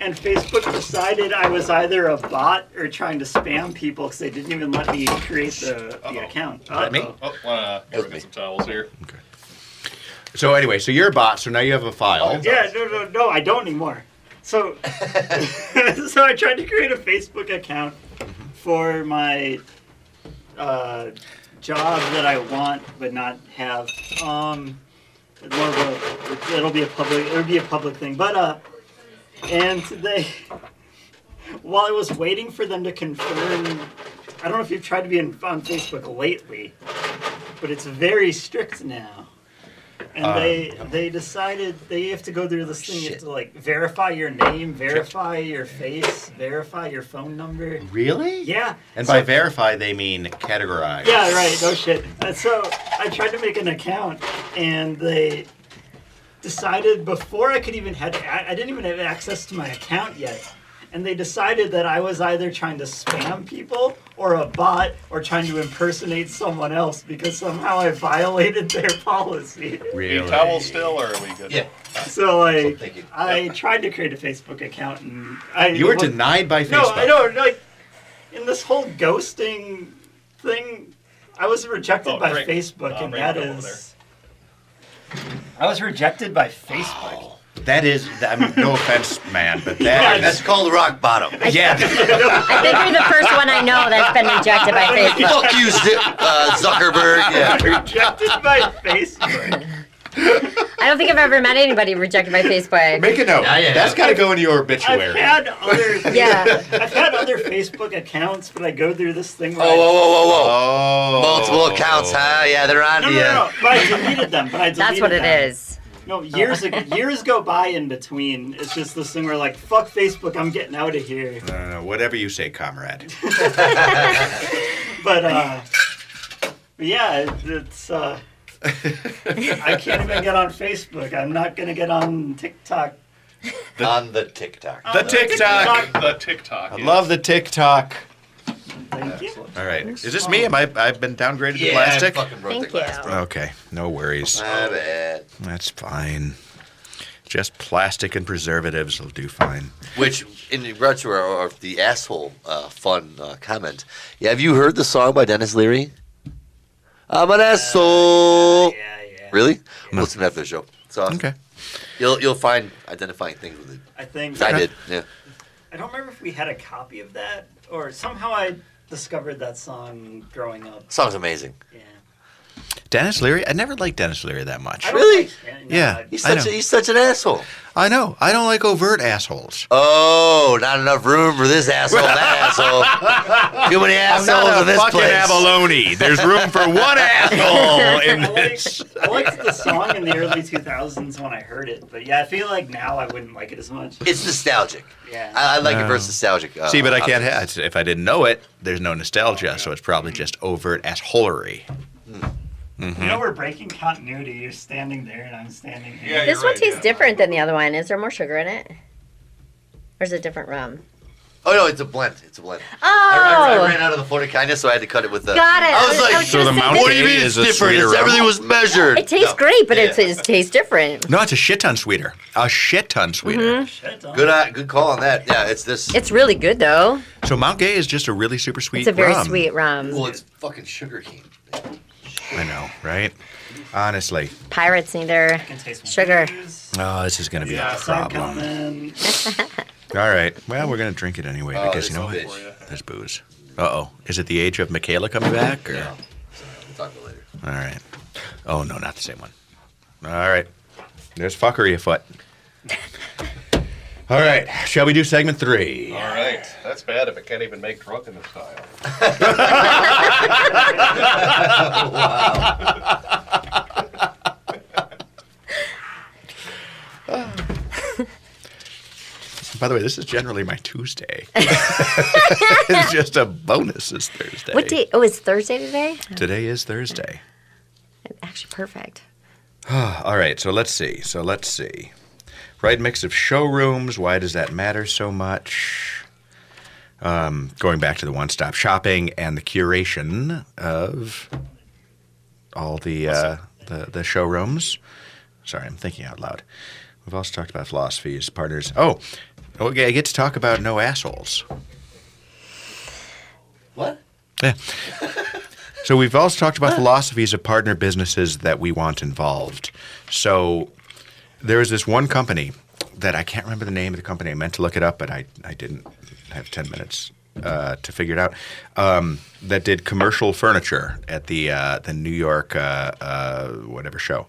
Speaker 6: and Facebook decided I was either a bot or trying to spam people because they didn't even let me create the, the account. Uh-oh.
Speaker 1: me?
Speaker 7: Oh, wanna
Speaker 2: Help
Speaker 7: get
Speaker 2: me.
Speaker 7: some towels here?
Speaker 1: so anyway, so you're a bot. So now you have a file.
Speaker 6: Yeah, no, no, no, I don't anymore. So, (laughs) so I tried to create a Facebook account for my uh, job that I want but not have. Um, it's more of a, it'll be a public, it'll be a public thing. But uh, and they, (laughs) while I was waiting for them to confirm, I don't know if you've tried to be in, on Facebook lately, but it's very strict now. And they
Speaker 1: Um,
Speaker 6: they decided they have to go through this thing. You have
Speaker 2: Shit.
Speaker 6: to like verify your name, verify your face, verify your phone number.
Speaker 1: Really?
Speaker 6: Yeah.
Speaker 1: And
Speaker 6: so-
Speaker 1: by verify, they mean categorize.
Speaker 6: yeah, right. No shit. And so I tried to make an account, and they decided before I could even had I I didn't even have access to my account yet, and they decided that I was either trying to spam people or a bot or trying to impersonate someone else because somehow I violated their (laughs) policy.
Speaker 1: Really?
Speaker 7: Towels still, or are we good?
Speaker 2: Yeah.
Speaker 6: So like,
Speaker 2: thank you.
Speaker 6: I tried to create a Facebook account, and I
Speaker 1: You were
Speaker 6: was-
Speaker 1: denied by Facebook.
Speaker 6: no, I know. Like in this whole ghosting thing, I was rejected
Speaker 7: Oh,
Speaker 6: by
Speaker 7: great.
Speaker 6: Facebook,
Speaker 7: I'll
Speaker 6: and
Speaker 7: bring
Speaker 6: that
Speaker 7: it over
Speaker 6: is. I was rejected by Facebook.
Speaker 1: That is, I mean, no offense, man, but
Speaker 6: Yeah,
Speaker 1: that,
Speaker 2: That's called rock bottom.
Speaker 1: yeah, (laughs)
Speaker 3: I think you're the first one I know that's been rejected by Facebook.
Speaker 2: Fuck you, Z- uh, Zuckerberg.
Speaker 6: (laughs) I was
Speaker 2: Yeah.
Speaker 6: rejected by Facebook.
Speaker 7: (laughs)
Speaker 3: I don't think I've ever met anybody rejected by Facebook.
Speaker 1: make a note.
Speaker 2: Yeah, yeah,
Speaker 1: That's
Speaker 2: yeah.
Speaker 1: got to go into your
Speaker 6: I've
Speaker 1: obituary.
Speaker 6: had
Speaker 7: (laughs)
Speaker 6: other (laughs)
Speaker 3: yeah.
Speaker 6: I've had other Facebook accounts, but I go through this thing where
Speaker 2: Oh, whoa,
Speaker 6: I,
Speaker 2: whoa, whoa, whoa.
Speaker 1: oh,
Speaker 2: Multiple accounts, huh? oh, Yeah, they're on
Speaker 6: no,
Speaker 2: to
Speaker 6: no,
Speaker 2: you.
Speaker 6: no, no, but I deleted them. But I deleted
Speaker 3: That's what it
Speaker 6: them.
Speaker 3: is.
Speaker 6: No, years ago, years go by in between. It's just this thing where like, fuck Facebook, I'm getting out of here.
Speaker 1: Uh, whatever you say, comrade.
Speaker 6: But uh, but yeah, it-
Speaker 2: (laughs)
Speaker 6: it's uh, I can't even get on Facebook. I'm not gonna get on TikTok.
Speaker 2: on the TikTok.
Speaker 1: The TikTok.
Speaker 7: The TikTok.
Speaker 1: I
Speaker 7: yeah.
Speaker 1: love the TikTok.
Speaker 6: Thank you.
Speaker 1: All right. Is this me? Am I? I've been downgraded
Speaker 2: Yeah,
Speaker 1: to plastic.
Speaker 2: I fucking broke
Speaker 3: Thank
Speaker 2: the glass.
Speaker 3: you.
Speaker 1: Okay. No worries.
Speaker 2: My bad.
Speaker 1: That's fine. Just plastic and preservatives will do fine.
Speaker 2: Which, in regards to our, our- the asshole uh, fun uh, comment, yeah, have you heard the song by Dennis Leary? I'm an asshole.
Speaker 6: Uh, Yeah, yeah.
Speaker 2: Really? We'll listen after the show. So
Speaker 1: Okay.
Speaker 2: you'll you'll find identifying things with it.
Speaker 6: I think
Speaker 2: I did. Yeah.
Speaker 6: I don't remember if we had a copy of that or somehow I discovered that song growing up.
Speaker 2: Song's amazing.
Speaker 6: Yeah.
Speaker 1: Dennis Leary. I never liked Dennis Leary that much.
Speaker 6: I don't
Speaker 2: Really?
Speaker 6: like any- no,
Speaker 1: Yeah,
Speaker 6: I-
Speaker 2: He's
Speaker 1: I
Speaker 2: such, a,
Speaker 1: know.
Speaker 2: he's such an asshole.
Speaker 1: I know. I don't like overt assholes.
Speaker 2: Oh, not enough room for this asshole,
Speaker 1: (laughs)
Speaker 2: that asshole. Too many assholes in this
Speaker 1: fucking
Speaker 2: place.
Speaker 1: abalone. There's room for one (laughs) asshole in
Speaker 6: I like-
Speaker 1: this.
Speaker 6: I liked the song in the early 2000s when I heard it, but yeah, I feel like now I wouldn't like it as much.
Speaker 2: It's nostalgic.
Speaker 6: Yeah.
Speaker 2: I, I like it
Speaker 1: No.
Speaker 2: versus nostalgic. Uh,
Speaker 1: See, but I can't.
Speaker 2: optics.
Speaker 1: Ha- it's- if I didn't know it, there's no nostalgia, so it's probably just overt assholery.
Speaker 2: Mm-hmm.
Speaker 6: You know, we're breaking continuity. You're standing there and I'm standing here.
Speaker 7: Yeah,
Speaker 3: This
Speaker 7: you're
Speaker 3: one
Speaker 7: right,
Speaker 3: tastes
Speaker 7: yeah.
Speaker 3: different than the other one. Is there more sugar in it? Or is it different rum?
Speaker 2: Oh no, it's a blend. It's a blend.
Speaker 3: Oh,
Speaker 2: I, I, I ran out of the Florida kindness, so I had to cut it with the.
Speaker 3: got it.
Speaker 2: I was like,
Speaker 3: gonna
Speaker 5: So the
Speaker 3: say,
Speaker 5: Mount
Speaker 3: this-
Speaker 2: What do you
Speaker 5: It
Speaker 2: mean it's
Speaker 5: is a
Speaker 2: different?
Speaker 5: sweeter
Speaker 2: It's, everything
Speaker 5: aroma.
Speaker 2: was measured.
Speaker 3: It tastes
Speaker 2: No.
Speaker 3: great, but it's,
Speaker 2: Yeah.
Speaker 3: it tastes different.
Speaker 1: No, it's a shit ton sweeter. A shit ton sweeter.
Speaker 6: Shit, don't-
Speaker 2: good. eye- good call on that. Yeah, it's this.
Speaker 3: It's really good though.
Speaker 1: So Mount Gay is just a really super sweet.
Speaker 3: It's a very
Speaker 1: rum.
Speaker 3: sweet rum.
Speaker 2: well, it's fucking sugar cane.
Speaker 1: I know, right? Honestly,
Speaker 3: Pirates need their
Speaker 6: I can taste my
Speaker 3: Sugar.
Speaker 6: fingers.
Speaker 1: oh, this is gonna be
Speaker 6: Yeah,
Speaker 1: a
Speaker 6: some
Speaker 1: problem.
Speaker 6: coming.
Speaker 1: All right. Well, we're gonna drink it anyway
Speaker 2: Oh,
Speaker 1: because you
Speaker 2: this
Speaker 1: know
Speaker 2: will
Speaker 1: what?
Speaker 2: be for ya.
Speaker 1: There's booze. Uh oh. Is it the age of Michaela coming back? Or?
Speaker 2: We'll talk about it later.
Speaker 1: All right. Oh no, not the same one. All right. There's fuckery afoot. All right. Shall we do segment three?
Speaker 7: All right, that's bad if it can't even make drunk in the style.
Speaker 1: By the way, this is generally my Tuesday. (laughs) it's just a bonus this Thursday.
Speaker 3: What day? Oh, it's Thursday today.
Speaker 1: Today is Thursday.
Speaker 3: Actually, perfect.
Speaker 1: All right, so let's see. So let's see. Right mix of showrooms. Why does that matter so much? Um, going back to the one stop shopping and the curation of all the, uh, the the showrooms. Sorry, I'm thinking out loud. We've also talked about philosophies, partners. Oh, okay, I get to talk about no assholes.
Speaker 2: What?
Speaker 1: So we've also talked about philosophies of partner businesses that we want involved. So there is this one company that I can't remember the name of the company. I meant to look it up, but I, I didn't have 10 minutes uh, to figure it out. Um, that did commercial furniture at the uh, the New York uh, uh, whatever show,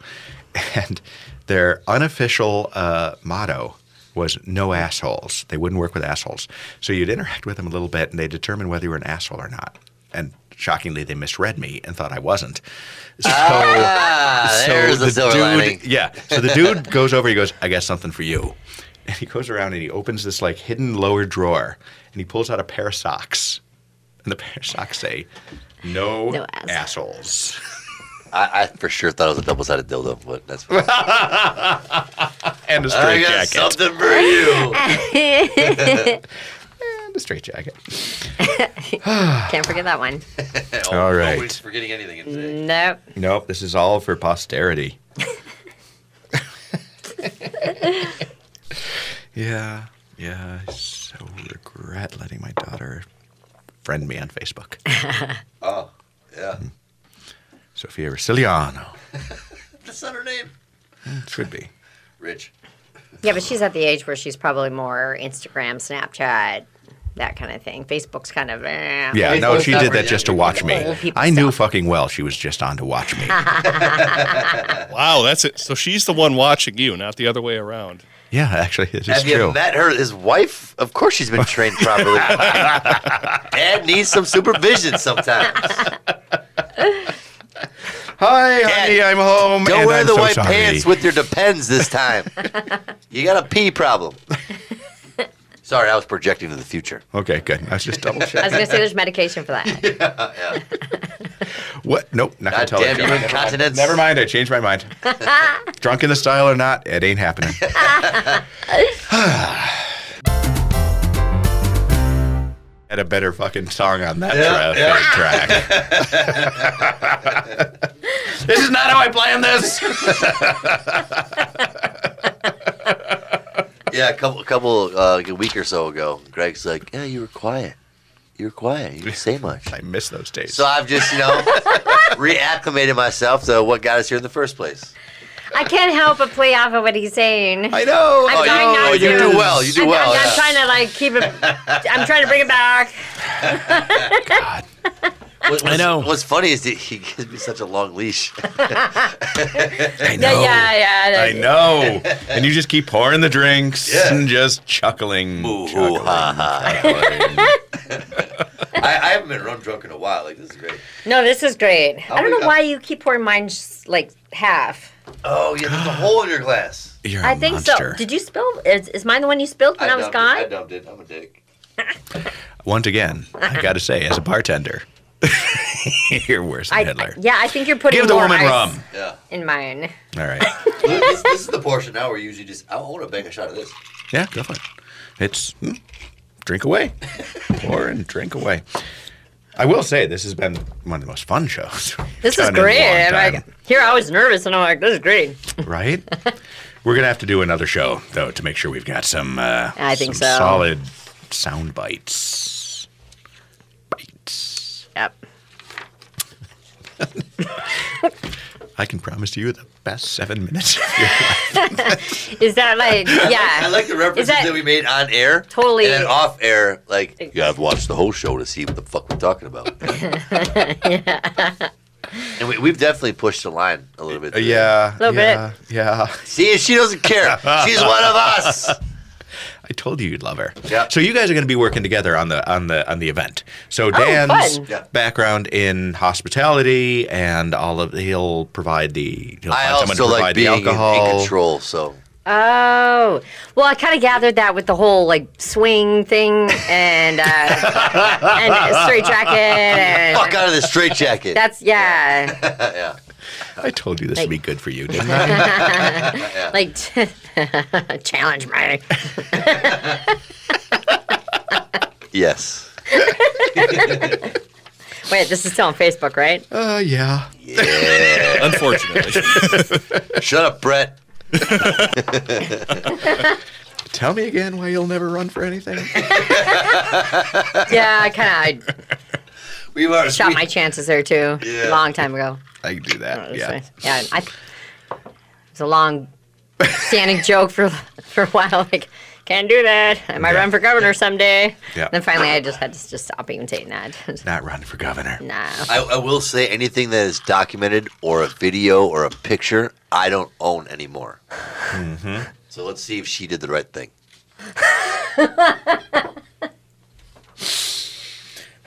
Speaker 1: (laughs) and their unofficial uh, motto was no assholes. They wouldn't work with assholes. So you'd interact with them a little bit, and they determine whether you were an asshole or not. And shockingly, they misread me and thought I wasn't. So
Speaker 2: Ah, there's the silver
Speaker 1: dude,
Speaker 2: lining.
Speaker 1: Yeah. So the dude goes over. He goes, "I got something for you," and he goes around and he opens this like hidden lower drawer and he pulls out a pair of socks, and the pair of socks say, "No,
Speaker 3: No
Speaker 1: assholes."
Speaker 2: I, I for sure thought it was a double sided dildo, but that's. (laughs) I got
Speaker 1: (laughs) and a straight jacket.
Speaker 2: something for
Speaker 3: (laughs)
Speaker 2: you.
Speaker 1: And a straight jacket.
Speaker 3: Can't forget that one.
Speaker 1: All right.
Speaker 2: Always forgetting anything in today.
Speaker 3: Nope.
Speaker 1: Nope. This is all for posterity. (laughs) yeah. Yeah. I so regret letting my daughter friend me on Facebook.
Speaker 2: Oh, yeah.
Speaker 1: Sophia Rossiliano.
Speaker 2: That's not her name.
Speaker 1: Should be.
Speaker 2: Rich.
Speaker 3: Yeah, but she's at the age where she's probably more Instagram, Snapchat, that kind of thing. Facebook's kind of eh.
Speaker 1: Yeah,
Speaker 2: Wait,
Speaker 1: no,
Speaker 2: what's
Speaker 1: she
Speaker 2: that
Speaker 1: did
Speaker 2: for?
Speaker 1: that just to watch me.
Speaker 3: Old people
Speaker 1: I knew
Speaker 3: stuff.
Speaker 1: fucking well she was just on to watch
Speaker 2: (laughs)
Speaker 1: me.
Speaker 8: Wow, that's it. So she's the one watching you, not the other way around.
Speaker 1: yeah, actually, this is
Speaker 2: Have you
Speaker 1: true.
Speaker 2: met her? His wife? Of course, she's been trained (laughs) properly. Dad needs some supervision sometimes.
Speaker 1: Hi,
Speaker 2: honey,
Speaker 1: honey, I'm home.
Speaker 2: Don't
Speaker 1: and
Speaker 2: wear
Speaker 1: I'm
Speaker 2: the
Speaker 1: so
Speaker 2: white
Speaker 1: sorry.
Speaker 2: pants with your depends this
Speaker 1: (laughs)
Speaker 2: time. you got a pee problem. Sorry, I was projecting to the future.
Speaker 1: Okay, good. I was just
Speaker 2: (laughs)
Speaker 1: double
Speaker 3: I was
Speaker 1: checking.
Speaker 3: gonna say there's medication for that.
Speaker 1: what? Nope, not gonna
Speaker 2: God
Speaker 1: tell
Speaker 2: damn
Speaker 1: that
Speaker 2: you,
Speaker 1: joke. (laughs)
Speaker 2: incontinence.
Speaker 1: Never mind, I changed my
Speaker 2: (laughs)
Speaker 1: mind. Drunk in the style or not, it ain't happening. (sighs) Had a better fucking song on that
Speaker 2: Yeah,
Speaker 1: tra- track. this is not how I planned this.
Speaker 2: Yeah, a couple, couple, uh, like a week or so ago, Greg's like, "Yeah, you were quiet. You were quiet. You didn't say much."
Speaker 1: I miss those days.
Speaker 2: So I've just, you
Speaker 1: (laughs)
Speaker 2: know, reacclimated myself to what got us here in the first place.
Speaker 3: I can't help but play off of what he's saying.
Speaker 1: I know.
Speaker 3: I'm
Speaker 2: you-
Speaker 3: trying not
Speaker 2: oh, you
Speaker 3: to.
Speaker 2: do well. You do
Speaker 3: I'm,
Speaker 2: well.
Speaker 3: I'm,
Speaker 2: yeah.
Speaker 3: I'm trying to like keep it. I'm trying to bring it back.
Speaker 2: What-
Speaker 9: I know.
Speaker 2: What's funny is that he (laughs) gives me such a long leash.
Speaker 1: I
Speaker 3: Yeah,
Speaker 1: know. I
Speaker 2: (laughs)
Speaker 3: yeah, yeah.
Speaker 1: know. and you just keep pouring the drinks
Speaker 2: Yeah.
Speaker 1: and just chuckling.
Speaker 2: (laughs) Ooh, ah.
Speaker 1: chuckling,
Speaker 2: ooh, ha,
Speaker 1: ah, chuckling.
Speaker 2: (laughs) I, I haven't been rum drunk in a while. Like this is great.
Speaker 3: No, this is great. I don't
Speaker 2: Oh my
Speaker 3: know
Speaker 2: God.
Speaker 3: why you keep pouring mine just, like half.
Speaker 2: Oh yeah, there's a hole in your glass.
Speaker 1: You're a
Speaker 3: I think
Speaker 1: monster.
Speaker 3: so. Did you spill? Is, is mine the one you spilled when I, was
Speaker 2: dumped
Speaker 3: gone?
Speaker 2: It, I dumped it. I'm a dick.
Speaker 1: Once again,
Speaker 3: Uh-uh.
Speaker 1: I got to say, as a bartender, (laughs) you're worse than
Speaker 3: I-
Speaker 1: Hitler.
Speaker 3: yeah, I think you're putting
Speaker 1: Give the
Speaker 3: more
Speaker 1: woman
Speaker 3: ice
Speaker 1: rum.
Speaker 3: (laughs)
Speaker 2: Yeah.
Speaker 3: in mine.
Speaker 1: All right. (laughs)
Speaker 2: this, this is the portion now where you usually just I want to bang a shot of this.
Speaker 1: Yeah, go for it. It's hmm, drink
Speaker 3: (laughs)
Speaker 1: away, pour and drink away. I will say this has been one of the most fun shows. we've
Speaker 3: This is
Speaker 1: done in a long
Speaker 3: great. I'm
Speaker 1: time.
Speaker 3: like, here I was nervous, and I'm like, this is great. (laughs)
Speaker 1: right? We're gonna have to do another show though to make sure we've got some. Uh,
Speaker 3: I think
Speaker 1: some
Speaker 3: so.
Speaker 1: Solid sound bites. Bites.
Speaker 3: Yep.
Speaker 1: I can promise you the best seven minutes.
Speaker 3: (laughs)
Speaker 1: Of your life.
Speaker 3: Is
Speaker 2: (laughs)
Speaker 3: that like,
Speaker 2: I
Speaker 3: yeah?
Speaker 2: like the references that,
Speaker 3: that-
Speaker 2: we made on air,
Speaker 3: Totally.
Speaker 2: and then off air. Like you
Speaker 3: Ex-
Speaker 2: gotta watch the whole show to see what the fuck we're talking
Speaker 3: (laughs)
Speaker 2: about. And we, we've definitely pushed the line a little bit.
Speaker 1: Uh, yeah.
Speaker 3: Little bit.
Speaker 1: yeah, Yeah.
Speaker 2: See, she doesn't care. She's one of (laughs) us.
Speaker 1: I told you you'd love her.
Speaker 2: Yeah.
Speaker 1: So you guys are going to be working together on the on the on the event. So Dan's
Speaker 3: Oh, fun.
Speaker 2: Yeah.
Speaker 1: background in hospitality and all of he'll provide the he'll
Speaker 2: I
Speaker 1: find someone to
Speaker 2: also
Speaker 1: provide
Speaker 2: like
Speaker 1: the
Speaker 2: being in,
Speaker 1: alcohol.
Speaker 2: in control. So
Speaker 3: oh, well, I kind of gathered that with the whole like swing thing
Speaker 2: (laughs)
Speaker 3: and uh, and straight jacket and
Speaker 2: fuck out of this straitjacket.
Speaker 3: that's yeah,
Speaker 2: yeah.
Speaker 1: I told you this would be good for you, didn't I?
Speaker 3: (laughs) like (laughs) challenge my
Speaker 2: Yes.
Speaker 3: wait. This is still on Facebook, right?
Speaker 1: Uh, yeah.
Speaker 8: Unfortunately.
Speaker 2: Shut up, Brett.
Speaker 1: Tell me again why you'll never run for anything.
Speaker 3: Yeah, I kind of
Speaker 2: We've already
Speaker 3: shot my chances there too.
Speaker 2: Yeah.
Speaker 3: Long time ago.
Speaker 1: I can do that.
Speaker 3: That's
Speaker 1: Yeah.
Speaker 3: nice. yeah. I, it's
Speaker 1: (laughs)
Speaker 3: a long standing joke for for a while. Like, can't do that. I might
Speaker 1: Yeah.
Speaker 3: run for governor someday.
Speaker 1: Yeah.
Speaker 3: Then finally, I just had to just stop even saying that. (laughs)
Speaker 1: Not running for governor.
Speaker 3: nah.
Speaker 2: I, I will say anything that is documented or a video or a picture, I don't own anymore.
Speaker 1: Mm-hmm.
Speaker 2: So let's see if she did the right thing.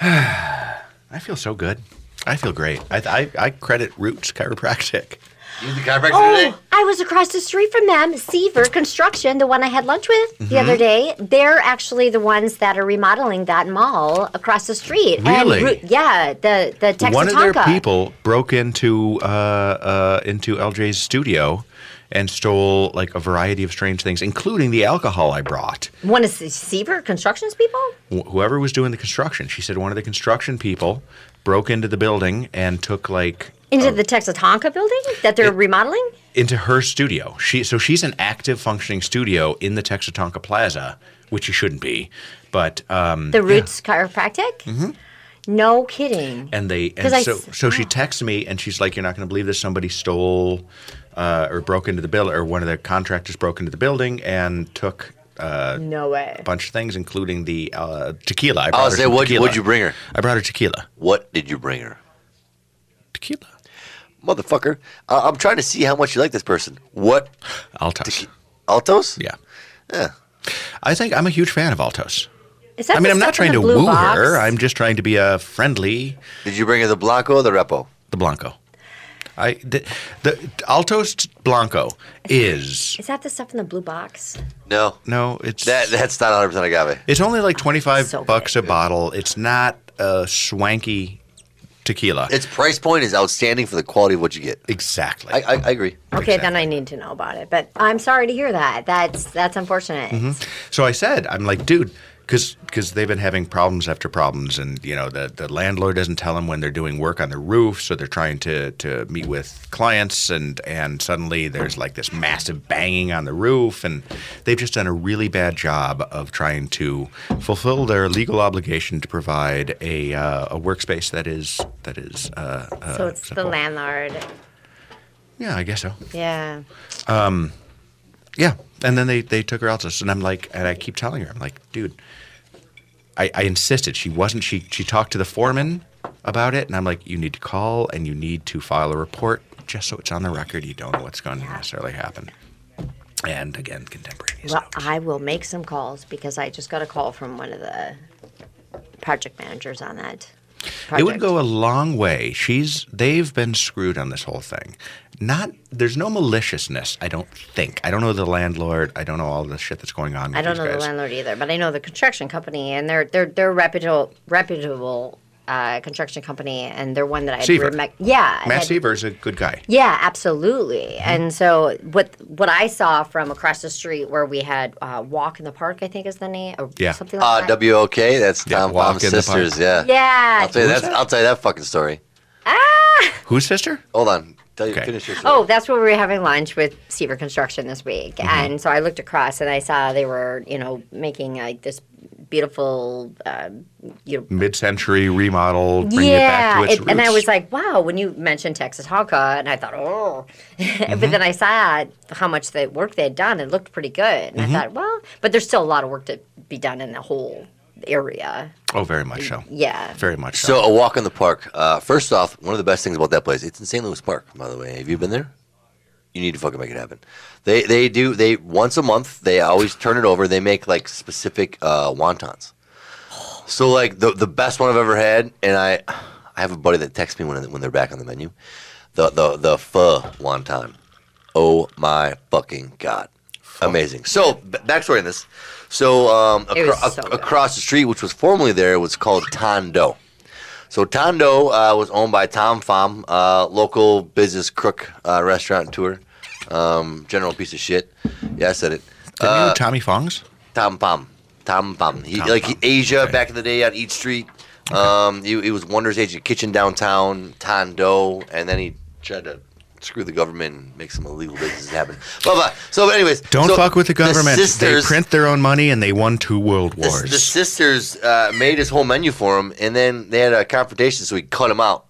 Speaker 1: I feel so good. I feel great. I, I, I credit Roots Chiropractic.
Speaker 2: You was the chiropractor today?
Speaker 3: Oh, I was across the street from them, Seaver Construction, the one I had lunch with
Speaker 1: Mm-hmm.
Speaker 3: the other day. They're actually the ones that are remodeling that mall across the street.
Speaker 1: Really?
Speaker 3: And, Ru- yeah, the the Texatonka.
Speaker 1: One of their people broke into uh, uh, into LJ's studio and stole like a variety of strange things, including the alcohol I brought.
Speaker 3: One of Se- Seaver Construction's people.
Speaker 1: Wh- whoever was doing the construction, she said one of the construction people broke into the building and took like
Speaker 3: Into the Texatonka building that they're remodeling?
Speaker 1: into her studio. She so she's an active functioning studio in the Texatonka Plaza, which you shouldn't be, but um,
Speaker 3: The Roots Chiropractic?
Speaker 1: Mm-hmm.
Speaker 3: No kidding.
Speaker 1: and they and
Speaker 3: 'Cause I
Speaker 1: so
Speaker 3: s-
Speaker 1: so she texts me and she's like, "You're not going to believe this. Somebody stole uh, or broke into the building, or one of the contractors broke into the building and took." Uh,
Speaker 3: no way.
Speaker 1: A bunch of things, including the uh, tequila. I brought
Speaker 2: I
Speaker 1: her
Speaker 2: was
Speaker 1: some
Speaker 2: what
Speaker 1: tequila.
Speaker 2: would Oh, you bring her?
Speaker 1: I brought her tequila.
Speaker 2: What did you bring her?
Speaker 1: Tequila.
Speaker 2: Motherfucker. I- I'm trying to see how much you like this person. What?
Speaker 1: Altos.
Speaker 2: Altos?
Speaker 1: Yeah.
Speaker 2: Yeah.
Speaker 1: I think I'm a huge fan of Altos.
Speaker 3: Is that
Speaker 1: I mean,
Speaker 3: the
Speaker 1: I'm not
Speaker 3: stuff in
Speaker 1: trying
Speaker 3: the
Speaker 1: to
Speaker 3: blue
Speaker 1: woo
Speaker 3: box?
Speaker 1: her. I'm just trying to be a friendly
Speaker 2: Did you bring her the Blanco or the Repo?
Speaker 1: the Blanco. I the, the Altos Blanco is
Speaker 3: Is that the stuff in the blue box?
Speaker 2: No.
Speaker 1: no, it's
Speaker 2: That That's not 100% agave.
Speaker 1: it's only like 25
Speaker 3: So
Speaker 1: bucks a bottle. It's not a swanky tequila.
Speaker 2: Its price point is outstanding for the quality of what you get.
Speaker 1: exactly.
Speaker 2: I, I, I agree.
Speaker 3: Okay, then I need to know about it. But I'm sorry to hear that. That's that's unfortunate.
Speaker 1: Mm-hmm. So I said, I'm like, dude, because they've been having problems after problems, and you know the the landlord doesn't tell them when they're doing work on the roof, so they're trying to to meet with clients, and and suddenly there's like this massive banging on the roof, and they've just done a really bad job of trying to fulfill their legal obligation to provide a uh, a workspace that is that is uh, uh,
Speaker 3: so it's the
Speaker 1: acceptable.
Speaker 3: landlord.
Speaker 1: yeah, I guess so.
Speaker 3: Yeah.
Speaker 1: Yeah. And then they, they took her out to us, and I'm like, and I keep telling her, I'm like, dude, I, I insisted. She wasn't. She she talked to the foreman about it. And I'm like, you need to call and you need to file a report just so it's on the record. You don't know what's going to necessarily happen. And again, contemporaneous.
Speaker 3: Well,
Speaker 1: notes.
Speaker 3: I will make some calls because I just got a call from one of the project managers on that. Project.
Speaker 1: It would go a long way. She's they've been screwed on this whole thing. Not there's no maliciousness, I don't think. I don't know the landlord. I don't know all the shit that's going on. With
Speaker 3: I don't
Speaker 1: these
Speaker 3: know
Speaker 1: guys.
Speaker 3: the landlord either, but I know the construction company, and they're they're they're reputable reputable uh, construction company, and they're one that I
Speaker 1: Seaver.
Speaker 3: yeah
Speaker 1: Matt
Speaker 3: that-
Speaker 1: Seaver's a good guy.
Speaker 3: Yeah, absolutely.
Speaker 1: Mm-hmm.
Speaker 3: And so what what I saw from across the street where we had uh, Walk in the Park, I think is the name, or
Speaker 1: Yeah.
Speaker 3: something
Speaker 2: Uh,
Speaker 3: like that.
Speaker 2: WOK, that's
Speaker 1: Yeah,
Speaker 2: Tom
Speaker 1: walk
Speaker 2: Palm's
Speaker 1: in the park.
Speaker 2: sisters. Yeah.
Speaker 3: yeah.
Speaker 2: I'll tell you that's, I'll tell you that fucking story.
Speaker 1: Whose sister?
Speaker 2: Hold on. Tell you
Speaker 1: Okay.
Speaker 2: finish your story.
Speaker 3: Oh, that's where we were having lunch with Seaver Construction this week.
Speaker 1: Mm-hmm.
Speaker 3: And so I looked across and I saw they were, you know, making like this beautiful, uh, you know,
Speaker 1: Mid-century remodel, bring it back
Speaker 3: yeah,
Speaker 1: to its
Speaker 3: it- and I
Speaker 1: roots.
Speaker 3: was like, wow, when you mentioned Texas Hawka, and I thought, oh, (laughs)
Speaker 2: Mm-hmm.
Speaker 3: but then I saw how much the work they had done. It looked pretty good, and
Speaker 2: Mm-hmm.
Speaker 3: I thought, well, but there's still a lot of work to be done in the whole area.
Speaker 1: oh, very much so.
Speaker 3: Yeah,
Speaker 1: Very much so.
Speaker 2: So a walk in the park. Uh, first off, one of the best things about that place. It's in St. Louis Park, by the way. Have you been there? You need to fucking make it happen. They they do they once a month. They always turn it over. They make like specific uh, wontons. So like the the best one I've ever had, and I I have a buddy that texts me when when they're back on the menu. The the the pho wonton. Oh my fucking god! Amazing. So b- backstory on this. So um,
Speaker 3: It was
Speaker 2: acro-
Speaker 3: so good.
Speaker 2: across the street, which was formerly there, was called Tondo. So Tondo uh, was owned by Tom Pham, uh, local business crook, uh, restaurant tour, um, general piece of shit. Yeah, I said it.
Speaker 1: the
Speaker 2: uh,
Speaker 1: new Tommy Fong's?
Speaker 2: Tom Pom. Tom Pom. He
Speaker 1: Tom
Speaker 2: like
Speaker 1: Pom.
Speaker 2: Asia
Speaker 1: Okay.
Speaker 2: back in the day on each street. Um, he, he was Wonders Asian Kitchen downtown, Tondo, and then he tried to screw the government and make some illegal business happen. Blah blah. So, but anyways,
Speaker 1: Don't
Speaker 2: so
Speaker 1: fuck with the government.
Speaker 2: sisters-
Speaker 1: they print their own money and they won two world
Speaker 2: the,
Speaker 1: wars.
Speaker 2: the sisters uh, made his whole menu for him, and then they had a confrontation, so he cut him out.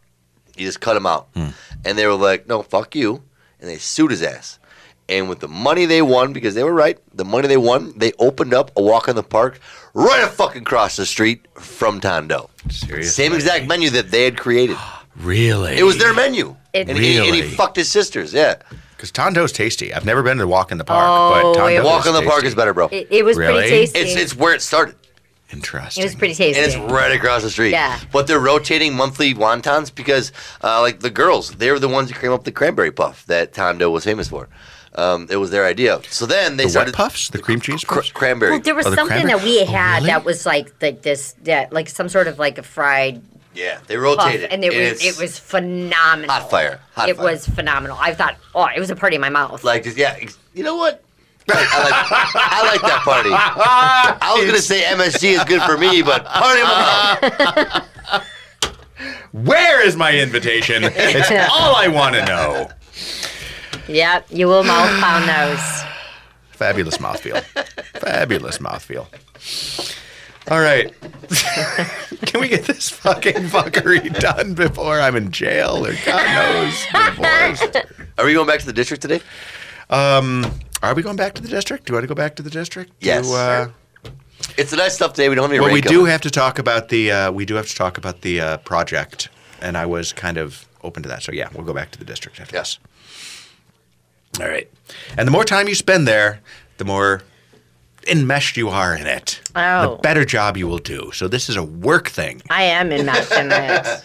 Speaker 2: He just cut him out,
Speaker 1: Hmm.
Speaker 2: and they were like, "No, fuck you," and they sued his ass. And with the money they won, because they were right, the money they won, they opened up a walk in the park right a fucking across the street from Tondo.
Speaker 1: Seriously?
Speaker 2: Same exact menu that they had
Speaker 1: (gasps)
Speaker 2: created.
Speaker 1: really?
Speaker 2: It was their menu.
Speaker 3: It-
Speaker 2: and, he, and he
Speaker 1: Really?
Speaker 2: fucked his sisters. Yeah,
Speaker 1: Because Tondo's tasty. I've never been to Walk in the Park,
Speaker 3: Oh,
Speaker 1: but
Speaker 3: it
Speaker 1: Tondo's
Speaker 3: was-
Speaker 2: walk in the park
Speaker 1: tasty.
Speaker 2: is better, bro.
Speaker 3: it, it was
Speaker 1: Really?
Speaker 3: pretty tasty.
Speaker 2: it's it's where it started.
Speaker 1: Interesting.
Speaker 3: it was pretty tasty.
Speaker 2: and it's right across the street.
Speaker 3: Yeah.
Speaker 2: But they're rotating monthly wontons because, uh, like the girls, they were the ones who came up with the cranberry puff that Tondo was famous for. Um, it was their idea. So then they
Speaker 1: The
Speaker 2: started
Speaker 1: what puffs? The cream cheese
Speaker 2: cr-
Speaker 1: puffs?
Speaker 2: cranberry.
Speaker 3: well, there was
Speaker 1: Oh, the
Speaker 3: something
Speaker 1: cranberry-
Speaker 3: that we
Speaker 1: Oh,
Speaker 3: had
Speaker 1: really?
Speaker 3: that was like like this, yeah, like some sort of like a fried
Speaker 2: yeah, they
Speaker 3: puff,
Speaker 2: rotated,
Speaker 3: and it was
Speaker 2: it's
Speaker 3: it was phenomenal.
Speaker 2: hot fire. Hot
Speaker 3: it
Speaker 2: fire.
Speaker 3: was phenomenal. I thought, oh, it was a party in my mouth.
Speaker 2: like just- yeah. ex- You know what? Right, I like, I like that
Speaker 1: (laughs)
Speaker 2: party. I was gonna say MSG is good for me, but uh, party mom.
Speaker 1: Where is my
Speaker 3: (laughs)
Speaker 1: invitation? It's all I want to know.
Speaker 3: Yep, you will mouth pound those.
Speaker 1: Fabulous mouthfeel. Fabulous mouthfeel. All right. (laughs) Can we get this fucking fuckery done before I'm in jail or God knows divorced?
Speaker 2: Are we going back to the district today?
Speaker 1: Are we going back to the district? Do you want to go back to the district? Do,
Speaker 2: Yes.
Speaker 1: uh,
Speaker 2: It's a nice stuff today. We don't have any.
Speaker 1: well,
Speaker 2: rain
Speaker 1: we do
Speaker 2: coming.
Speaker 1: have to talk about the uh, we do have to talk about the uh, project, and I was kind of open to that. So yeah, we'll go back to the district after
Speaker 2: Yes.
Speaker 1: this. All right. And the more time you spend there, the more enmeshed you are in it.
Speaker 3: Oh.
Speaker 1: The better job you will do. So this is a work thing.
Speaker 3: I am
Speaker 1: (laughs)
Speaker 3: enmeshed in it.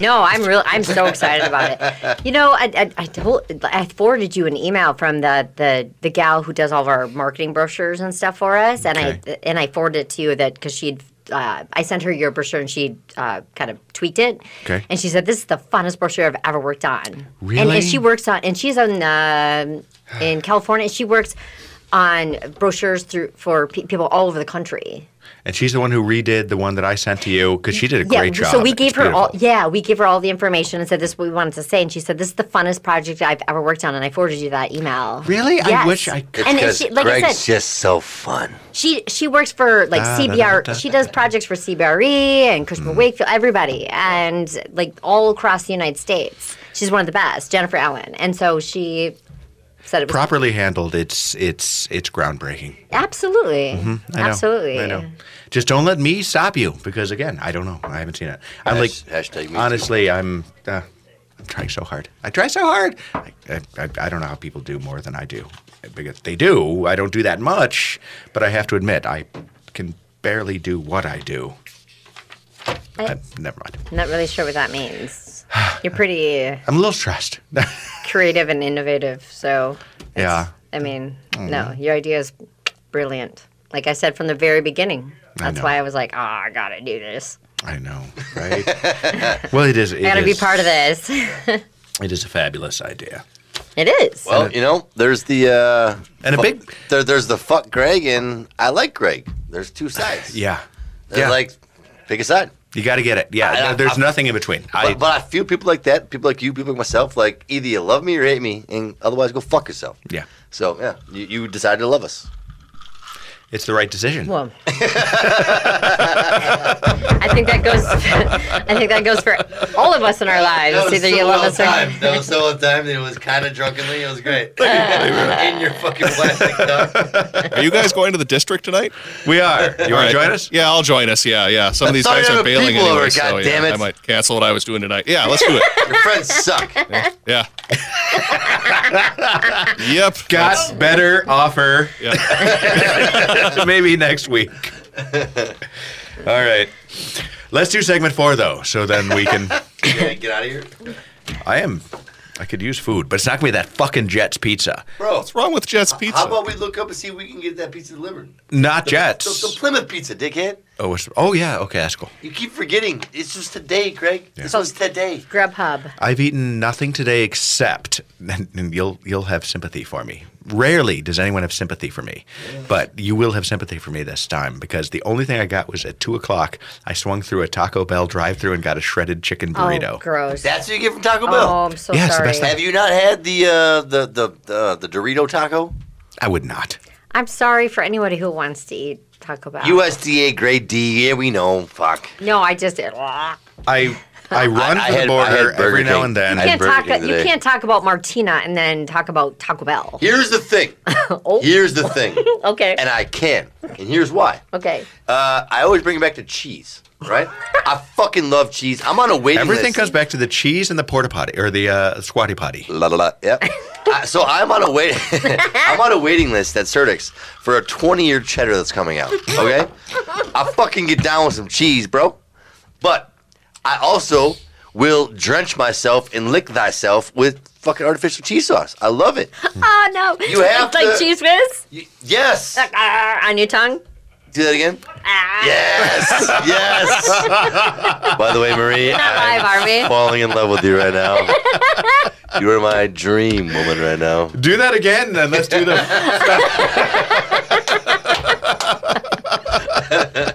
Speaker 3: No, I'm real. I'm so excited about it. You know, I, I, I told, I forwarded you an email from the, the the gal who does all of our marketing brochures and stuff for us, and
Speaker 1: Okay.
Speaker 3: I and I forwarded it to you that because she'd. Uh, I sent her your brochure and she uh, kind of tweaked it.
Speaker 1: Okay.
Speaker 3: And she said, "This is the funnest brochure I've ever worked on." And,
Speaker 1: Really?
Speaker 3: and she works on, and she's on um
Speaker 1: (sighs)
Speaker 3: in California. She works on brochures through for pe- people all over the country.
Speaker 1: And she's the one who redid the one that I sent to you because she did a great job.
Speaker 3: So we
Speaker 1: It's
Speaker 3: gave her all.
Speaker 1: beautiful.
Speaker 3: Yeah, we gave her all the information and said this is what we wanted to say, and she said this is the funnest project I've ever worked on, and I forwarded you that email.
Speaker 1: Really? I
Speaker 3: Yes.
Speaker 1: wish I could-
Speaker 3: And
Speaker 2: Because
Speaker 3: she, like
Speaker 2: Greg's
Speaker 3: I said,
Speaker 2: just so fun.
Speaker 3: she she works for like
Speaker 1: Da, da,
Speaker 3: CBR.
Speaker 1: da, da,
Speaker 3: she does projects for CBRE E and
Speaker 1: Mm.
Speaker 3: Cushman Wakefield, everybody, and like all across the United States. She's one of the best, Jennifer Allen, and so she said it was
Speaker 1: Properly handled, it's it's it's groundbreaking.
Speaker 3: absolutely,
Speaker 1: mm-hmm, I know,
Speaker 3: absolutely.
Speaker 1: I know. Just don't let me stop you because again, I don't know. I haven't seen it. I'm like
Speaker 2: Hash- hashtag me too.
Speaker 1: honestly, I'm uh, I'm trying so hard. I try so hard. I, I, I I don't know how people do more than I do because they do. I don't do that much, but I have to admit I can barely do what I do.
Speaker 3: I-
Speaker 1: I, never mind.
Speaker 3: I'm not really sure what that
Speaker 1: (sighs)
Speaker 3: means. You're pretty
Speaker 1: I'm a little stressed. (laughs)
Speaker 3: creative and innovative, so it's-
Speaker 1: Yeah.
Speaker 3: I mean,
Speaker 1: Oh,
Speaker 3: no, your idea is brilliant. Like I said from the very beginning,
Speaker 1: I
Speaker 3: that's
Speaker 1: know.
Speaker 3: why I was like, oh, I gotta do this.
Speaker 1: I know, right? (laughs) well, it is. It
Speaker 3: I gotta be
Speaker 1: is-
Speaker 3: part of this. (laughs)
Speaker 1: It is a fabulous idea.
Speaker 3: it is.
Speaker 2: Well, you know, there's the uh,
Speaker 1: And a
Speaker 2: fuck-
Speaker 1: big-
Speaker 2: there, there's the fuck Greg and I like Greg. There's
Speaker 1: (sighs)
Speaker 2: two sides.
Speaker 1: Yeah.
Speaker 2: They're like pick a side.
Speaker 1: You got to get it. Yeah,
Speaker 2: I- I-
Speaker 1: no, there's
Speaker 2: I-
Speaker 1: nothing in between. I,
Speaker 2: but, but I feel people like that, people like you, people like myself, like either you love me or hate me, and otherwise go fuck yourself.
Speaker 1: yeah,
Speaker 2: So yeah, you, you decided to love us.
Speaker 1: it's the right decision.
Speaker 3: Well, I think that goes. (laughs) I think that goes for all of us in our lives. Either you love us or
Speaker 2: time. That was so on time. It was kind of drunkenly. It was great.
Speaker 1: (laughs)
Speaker 2: In your fucking plastic cup.
Speaker 8: (laughs) Are you guys going to the district tonight?
Speaker 1: We are. You want to join us?
Speaker 8: Yeah, I'll join us. Yeah, yeah. Some of these
Speaker 2: Sorry,
Speaker 8: guys
Speaker 2: other
Speaker 8: are bailing
Speaker 2: people
Speaker 8: anyway,
Speaker 2: over,
Speaker 8: so
Speaker 2: God
Speaker 8: yeah,
Speaker 2: damn it.
Speaker 8: I might cancel what I was doing tonight. Yeah, let's do it.
Speaker 2: (laughs) Your friends suck.
Speaker 8: Yeah. yep.
Speaker 1: Got better offer
Speaker 8: Yeah.
Speaker 1: maybe next week. All right. Let's do segment four though, so then we can.
Speaker 2: Yeah, get out of here,
Speaker 1: I am. I could use food, but it's not gonna be that fucking Jets pizza.
Speaker 2: bro.
Speaker 8: What's wrong with Jets Pizza?
Speaker 2: How about we look up and see if we can get that pizza delivered?
Speaker 1: Not
Speaker 2: The, the (laughs)
Speaker 1: Jets.
Speaker 2: Plymouth pizza, dickhead.
Speaker 1: Oh, it's- oh yeah. Okay, that's cool.
Speaker 2: You keep forgetting. It's just today, Greg. This was today.
Speaker 3: Grubhub.
Speaker 1: I've eaten nothing today except, and, and you'll you'll have sympathy for me. Rarely does anyone have sympathy for me, but you will have sympathy for me this time because the only thing I got was at two o'clock. I swung through a Taco Bell drive-through and got a shredded chicken burrito.
Speaker 3: Oh, gross.
Speaker 2: That's what you get from Taco
Speaker 3: oh,
Speaker 2: Bell.
Speaker 3: I'm so
Speaker 1: Yeah, it's the
Speaker 3: sorry.
Speaker 1: best
Speaker 2: Have you not had the uh, the the uh, the Dorito taco?
Speaker 1: I would not.
Speaker 3: I'm sorry for anybody who wants to eat Taco Bell.
Speaker 2: USDA grade D. Yeah, we know. Fuck.
Speaker 3: no, I just did. You
Speaker 1: I I run
Speaker 2: (laughs) I
Speaker 1: to the
Speaker 2: had- I
Speaker 1: border
Speaker 2: had Burger
Speaker 1: every now
Speaker 2: King.
Speaker 1: and then.
Speaker 2: I had
Speaker 3: can't
Speaker 2: Burger
Speaker 3: talk.
Speaker 2: King
Speaker 3: You
Speaker 2: today.
Speaker 3: can't talk about Martina and then talk about Taco Bell.
Speaker 2: Here's the thing.
Speaker 3: (laughs) Oh.
Speaker 2: Here's the thing.
Speaker 3: Okay.
Speaker 2: And I can. And here's why.
Speaker 3: okay.
Speaker 2: Uh, I always bring it back to cheese, right? I fucking love cheese. I'm on a waiting
Speaker 1: Everything
Speaker 2: list.
Speaker 1: comes back to the cheese and the porta potty or the uh, squatty potty.
Speaker 2: La la la. Yep. I, so I'm on a wait. (laughs) I'm on a waiting list at Certix for a 20 year cheddar that's coming out. Okay. I fucking get down with some cheese, bro. But I also will drench myself and lick thyself with fucking artificial cheese sauce. I love it.
Speaker 3: Oh no.
Speaker 2: Mm. You have
Speaker 3: it's like
Speaker 2: to-
Speaker 3: cheese whiz
Speaker 2: Y- yes.
Speaker 3: Ah, on your tongue.
Speaker 2: Do that again.
Speaker 3: Ah.
Speaker 2: Yes. Yes. By the way, Marie,
Speaker 3: Not live,
Speaker 2: I'm
Speaker 3: are we?
Speaker 2: (laughs) falling in love with you right now. You are my dream woman right now.
Speaker 1: Do that again, then let's do the.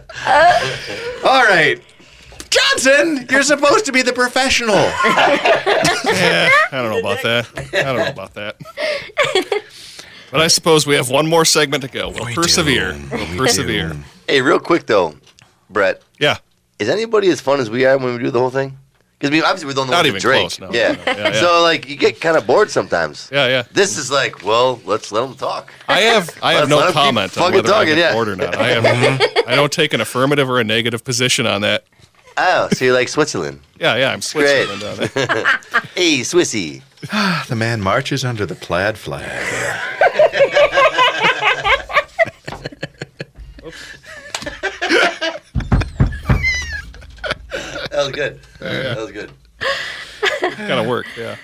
Speaker 1: (laughs) All right. Johnson, you're supposed to be the professional.
Speaker 8: Yeah, I don't know about that. I don't know about that. But I suppose we have one more segment to go. We'll
Speaker 1: We do.
Speaker 8: persevere.
Speaker 1: We do.
Speaker 8: We'll persevere.
Speaker 2: Hey, real quick though, Brett,
Speaker 8: Yeah.
Speaker 2: is anybody as fun as we are when we do the whole thing? Because I mean, obviously we're the only
Speaker 8: Not
Speaker 2: ones
Speaker 8: even
Speaker 2: that drink.
Speaker 8: close, no.
Speaker 2: Yeah.
Speaker 8: No, yeah, yeah.
Speaker 2: So like, you get kind of bored sometimes.
Speaker 8: Yeah, yeah.
Speaker 2: This is like, well, let's let them talk.
Speaker 8: I have I
Speaker 2: Let's let
Speaker 8: have no
Speaker 2: 'em keep
Speaker 8: comment on
Speaker 2: fucking
Speaker 8: whether I
Speaker 2: talking,
Speaker 8: get
Speaker 2: yeah.
Speaker 8: bored or
Speaker 2: (laughs)
Speaker 8: not. I have I don't take an affirmative or a negative position on that.
Speaker 2: Oh, so you like Switzerland?
Speaker 8: Yeah, yeah, I'm Switzerland uh, on that.
Speaker 2: Hey, Swissy.
Speaker 1: Ah, the man marches under the plaid flag.
Speaker 2: That was good. That was good.
Speaker 8: kind of work. (laughs) Yeah.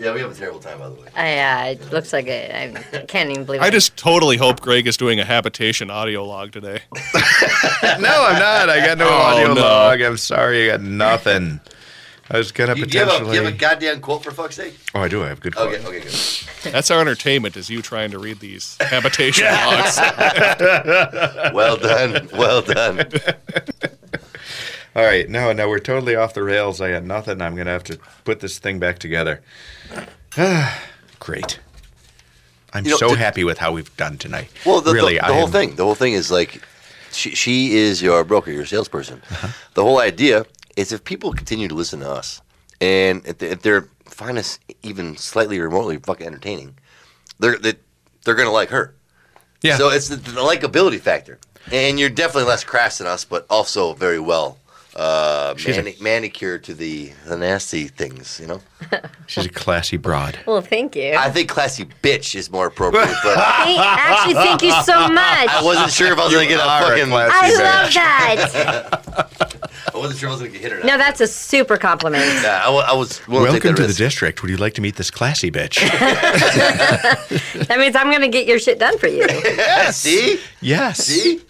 Speaker 2: Yeah, we have a terrible time by the way.
Speaker 3: I, uh, it looks like it. I can't even believe.
Speaker 8: I
Speaker 3: it.
Speaker 8: just totally hope Greg is doing a habitation audio log today.
Speaker 1: (laughs) no, I'm not. I got no
Speaker 8: Oh,
Speaker 1: audio
Speaker 8: no.
Speaker 1: log. I'm sorry, I got nothing. I was gonna
Speaker 2: You, you, have a,
Speaker 1: potentially.
Speaker 2: you have a goddamn quote for fuck's sake?
Speaker 1: oh, I do. I have good.
Speaker 2: Okay,
Speaker 1: quality.
Speaker 2: okay, good.
Speaker 8: That's our entertainment is you trying to read these habitation logs.
Speaker 2: Well done. Well done.
Speaker 1: All right, no, no, we're totally off the rails. I got nothing. I'm gonna have to put this thing back together. (sighs) Great. I'm
Speaker 2: You know,
Speaker 1: so
Speaker 2: the-
Speaker 1: happy with how we've done tonight.
Speaker 2: Well, the, the-
Speaker 1: really,
Speaker 2: the,
Speaker 1: I
Speaker 2: whole
Speaker 1: am-
Speaker 2: thing. The whole thing is like, she, she is your broker, your salesperson.
Speaker 1: Uh-huh.
Speaker 2: The whole idea is if people continue to listen to us, and if, they, if they're find us even slightly remotely fucking entertaining, they're they, they're gonna like her.
Speaker 8: Yeah.
Speaker 2: So it's the, the likability factor, and you're definitely less crass than us, but also very well uh, mani- manicured to the the nasty things. You know,
Speaker 1: She's a classy broad.
Speaker 3: Well, thank you.
Speaker 2: I think classy bitch is more appropriate,
Speaker 1: (laughs)
Speaker 2: but
Speaker 3: Hey, actually, thank you so
Speaker 2: (laughs)
Speaker 3: much.
Speaker 2: I wasn't sure if I was gonna get a
Speaker 1: are a
Speaker 2: fucking.
Speaker 1: classy
Speaker 3: I
Speaker 1: bitch.
Speaker 2: (laughs)
Speaker 3: love that.
Speaker 2: I wasn't sure I was gonna get hit or not.
Speaker 3: No, that's a super compliment.
Speaker 2: Yeah, I, wa- I was willing to take
Speaker 1: Welcome
Speaker 2: that
Speaker 1: to the
Speaker 2: risk.
Speaker 1: district. Would you like to meet this classy bitch?
Speaker 2: (laughs)
Speaker 3: That means I'm gonna get your shit done for
Speaker 2: (laughs)
Speaker 3: you.
Speaker 2: Yeah, see.
Speaker 1: yes.
Speaker 2: See?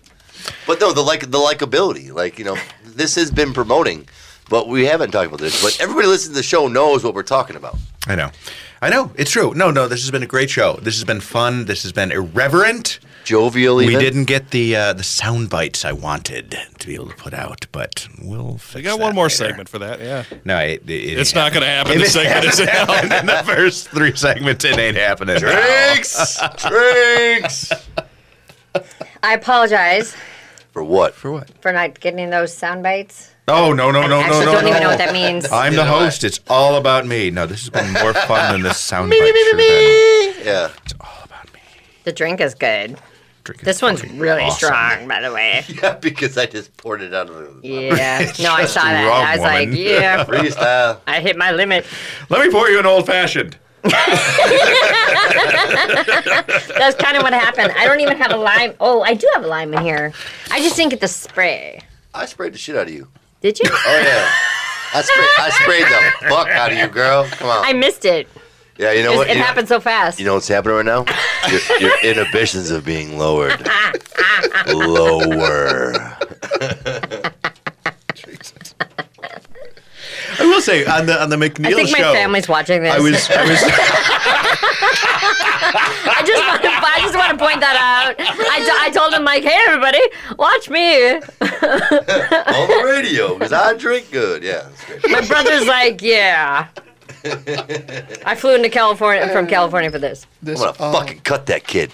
Speaker 2: But no, the like the likability. Like, you know, this has been promoting, but we haven't talked about this. But everybody listening to the show knows what we're talking about.
Speaker 1: I know. I know. It's true. No, no, this has been a great show. This has been fun. This has been irreverent.
Speaker 2: Jovial
Speaker 1: We
Speaker 2: even.
Speaker 1: didn't get the uh, the sound bites I wanted to be able to put out, but we'll fix
Speaker 8: We got
Speaker 1: that
Speaker 8: one more
Speaker 1: later.
Speaker 8: segment for that. (laughs) Yeah.
Speaker 1: No, it, it,
Speaker 8: It's not going to happen. The
Speaker 1: It
Speaker 8: segment
Speaker 1: (laughs)
Speaker 8: is out.
Speaker 1: in the first three segments, it ain't happening. (laughs)
Speaker 2: Drinks! drinks!
Speaker 3: I apologize
Speaker 2: For what?
Speaker 1: For what?
Speaker 3: for not getting those sound bites.
Speaker 1: Oh no no no
Speaker 3: I
Speaker 1: no
Speaker 3: actually
Speaker 1: no!
Speaker 3: don't
Speaker 1: no.
Speaker 3: even know what that means.
Speaker 2: (laughs)
Speaker 1: I'm the
Speaker 2: Neither do I.
Speaker 1: host. It's all about me. No, this has been more fun (laughs) than this sound bite. sure been.
Speaker 2: Yeah.
Speaker 1: It's all about me.
Speaker 3: the drink is good.
Speaker 1: Drinking
Speaker 3: This one's
Speaker 1: coffee.
Speaker 3: really
Speaker 1: Awesome.
Speaker 3: strong, by the
Speaker 1: (laughs)
Speaker 3: way.
Speaker 2: Yeah, because I just poured it out of the
Speaker 3: Yeah. No, I
Speaker 1: Just
Speaker 3: saw that.
Speaker 1: wrong,
Speaker 3: and I was like,
Speaker 1: woman.
Speaker 3: yeah,
Speaker 2: freestyle.
Speaker 3: I hit my limit.
Speaker 1: Let me pour you an old fashioned.
Speaker 3: That's kind of what happened. I don't even have a lime. Oh, I do have a lime in here. I just didn't get the spray.
Speaker 2: I sprayed the shit out of you.
Speaker 3: Did you?
Speaker 2: Oh yeah. I sprayed I sprayed the fuck out of you, girl. Come on.
Speaker 3: I missed it.
Speaker 2: yeah, you know
Speaker 3: It,
Speaker 2: what?
Speaker 3: it
Speaker 2: You-
Speaker 3: happened so fast.
Speaker 2: You know what's happening right now?
Speaker 1: (laughs)
Speaker 2: Your, your inhibitions of being lowered. Lower.
Speaker 1: I will say on the on the McNeil
Speaker 3: I think my
Speaker 1: show.
Speaker 3: family's watching this.
Speaker 1: I
Speaker 3: I,
Speaker 1: was I was
Speaker 3: just want to, (laughs) I just want to point that out. I, t- I told him like, hey everybody, watch me.
Speaker 2: on the radio because I drink good. Yeah, that's great.
Speaker 3: My brother's like, yeah. I flew into California from California for this.
Speaker 2: I'm
Speaker 1: uh,
Speaker 2: gonna fucking cut that kid.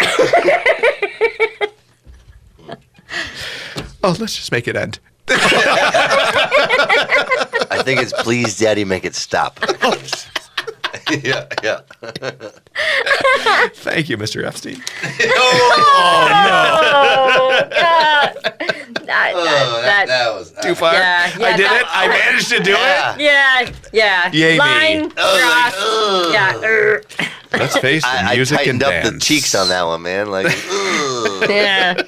Speaker 1: oh let's just make it end.
Speaker 2: I think it's please, daddy, make
Speaker 1: (laughs)
Speaker 2: it stop. yeah, (laughs) yeah.
Speaker 1: Thank you, Mr. Epstein.
Speaker 2: Oh,
Speaker 3: Oh, God. That,
Speaker 2: Oh,
Speaker 3: that,
Speaker 2: that,
Speaker 3: that,
Speaker 2: that was. ah.
Speaker 1: Too far.
Speaker 3: Yeah, yeah,
Speaker 1: I did
Speaker 3: that-
Speaker 1: it. I managed to do
Speaker 2: Yeah.
Speaker 3: yeah, yeah.
Speaker 1: Yay me.
Speaker 3: Line
Speaker 2: I
Speaker 3: cross.
Speaker 2: was like, ugh.
Speaker 3: yeah. er,
Speaker 1: it. Let's face the
Speaker 2: I, I
Speaker 1: music and
Speaker 2: tightened up
Speaker 1: dance.
Speaker 2: the cheeks on that one, man.
Speaker 1: (laughs)
Speaker 2: Like, ugh.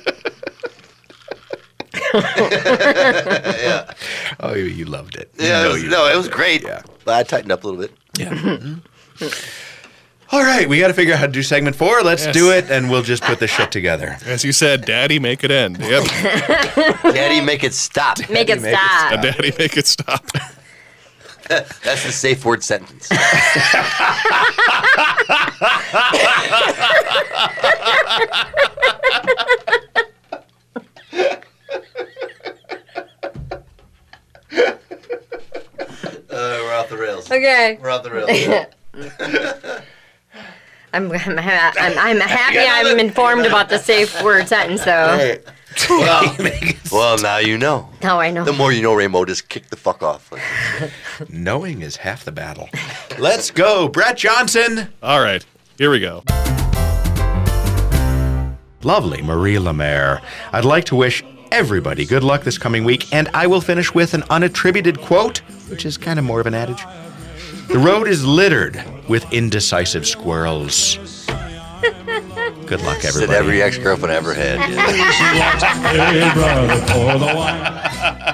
Speaker 3: (laughs) yeah.
Speaker 1: Oh, you, you loved it.
Speaker 2: yeah,
Speaker 1: You
Speaker 2: it
Speaker 1: know
Speaker 2: was,
Speaker 1: you
Speaker 2: no,
Speaker 1: loved
Speaker 2: it was great.
Speaker 1: Yeah.
Speaker 2: But I tightened up a
Speaker 1: (laughs)
Speaker 2: little bit.
Speaker 1: All right, we got to figure out how to do segment four. Let's
Speaker 8: Yes.
Speaker 1: do it, and we'll just put the shit together.
Speaker 8: As you said, daddy, make it end. (laughs) Yep.
Speaker 2: Daddy, make it stop.
Speaker 3: Make it
Speaker 1: Make it
Speaker 3: stop.
Speaker 8: daddy, make it stop.
Speaker 2: That's the safe word sentence. Uh, we're off the rails.
Speaker 3: Okay.
Speaker 2: We're off the rails.
Speaker 3: I'm, I'm, ha- I'm, I'm happy I'm informed about the safe word sentence, though.
Speaker 1: (laughs)
Speaker 2: well, well, now you know.
Speaker 3: Now I know.
Speaker 2: The more you know, Raymo, just kick the fuck off. Like,
Speaker 1: Knowing is half the battle. Let's go, Brett Johnson.
Speaker 8: All right. Here we go.
Speaker 1: Lovely Marie Lemaire. I'd like to wish everybody good luck this coming week, and I will finish with an unattributed quote, which is kind of more of an adage. The road is littered with indecisive squirrels. Good luck,
Speaker 2: that
Speaker 1: everybody.
Speaker 2: every ex girlfriend I ever had. yeah.
Speaker 9: Hey, brother, pour the wine.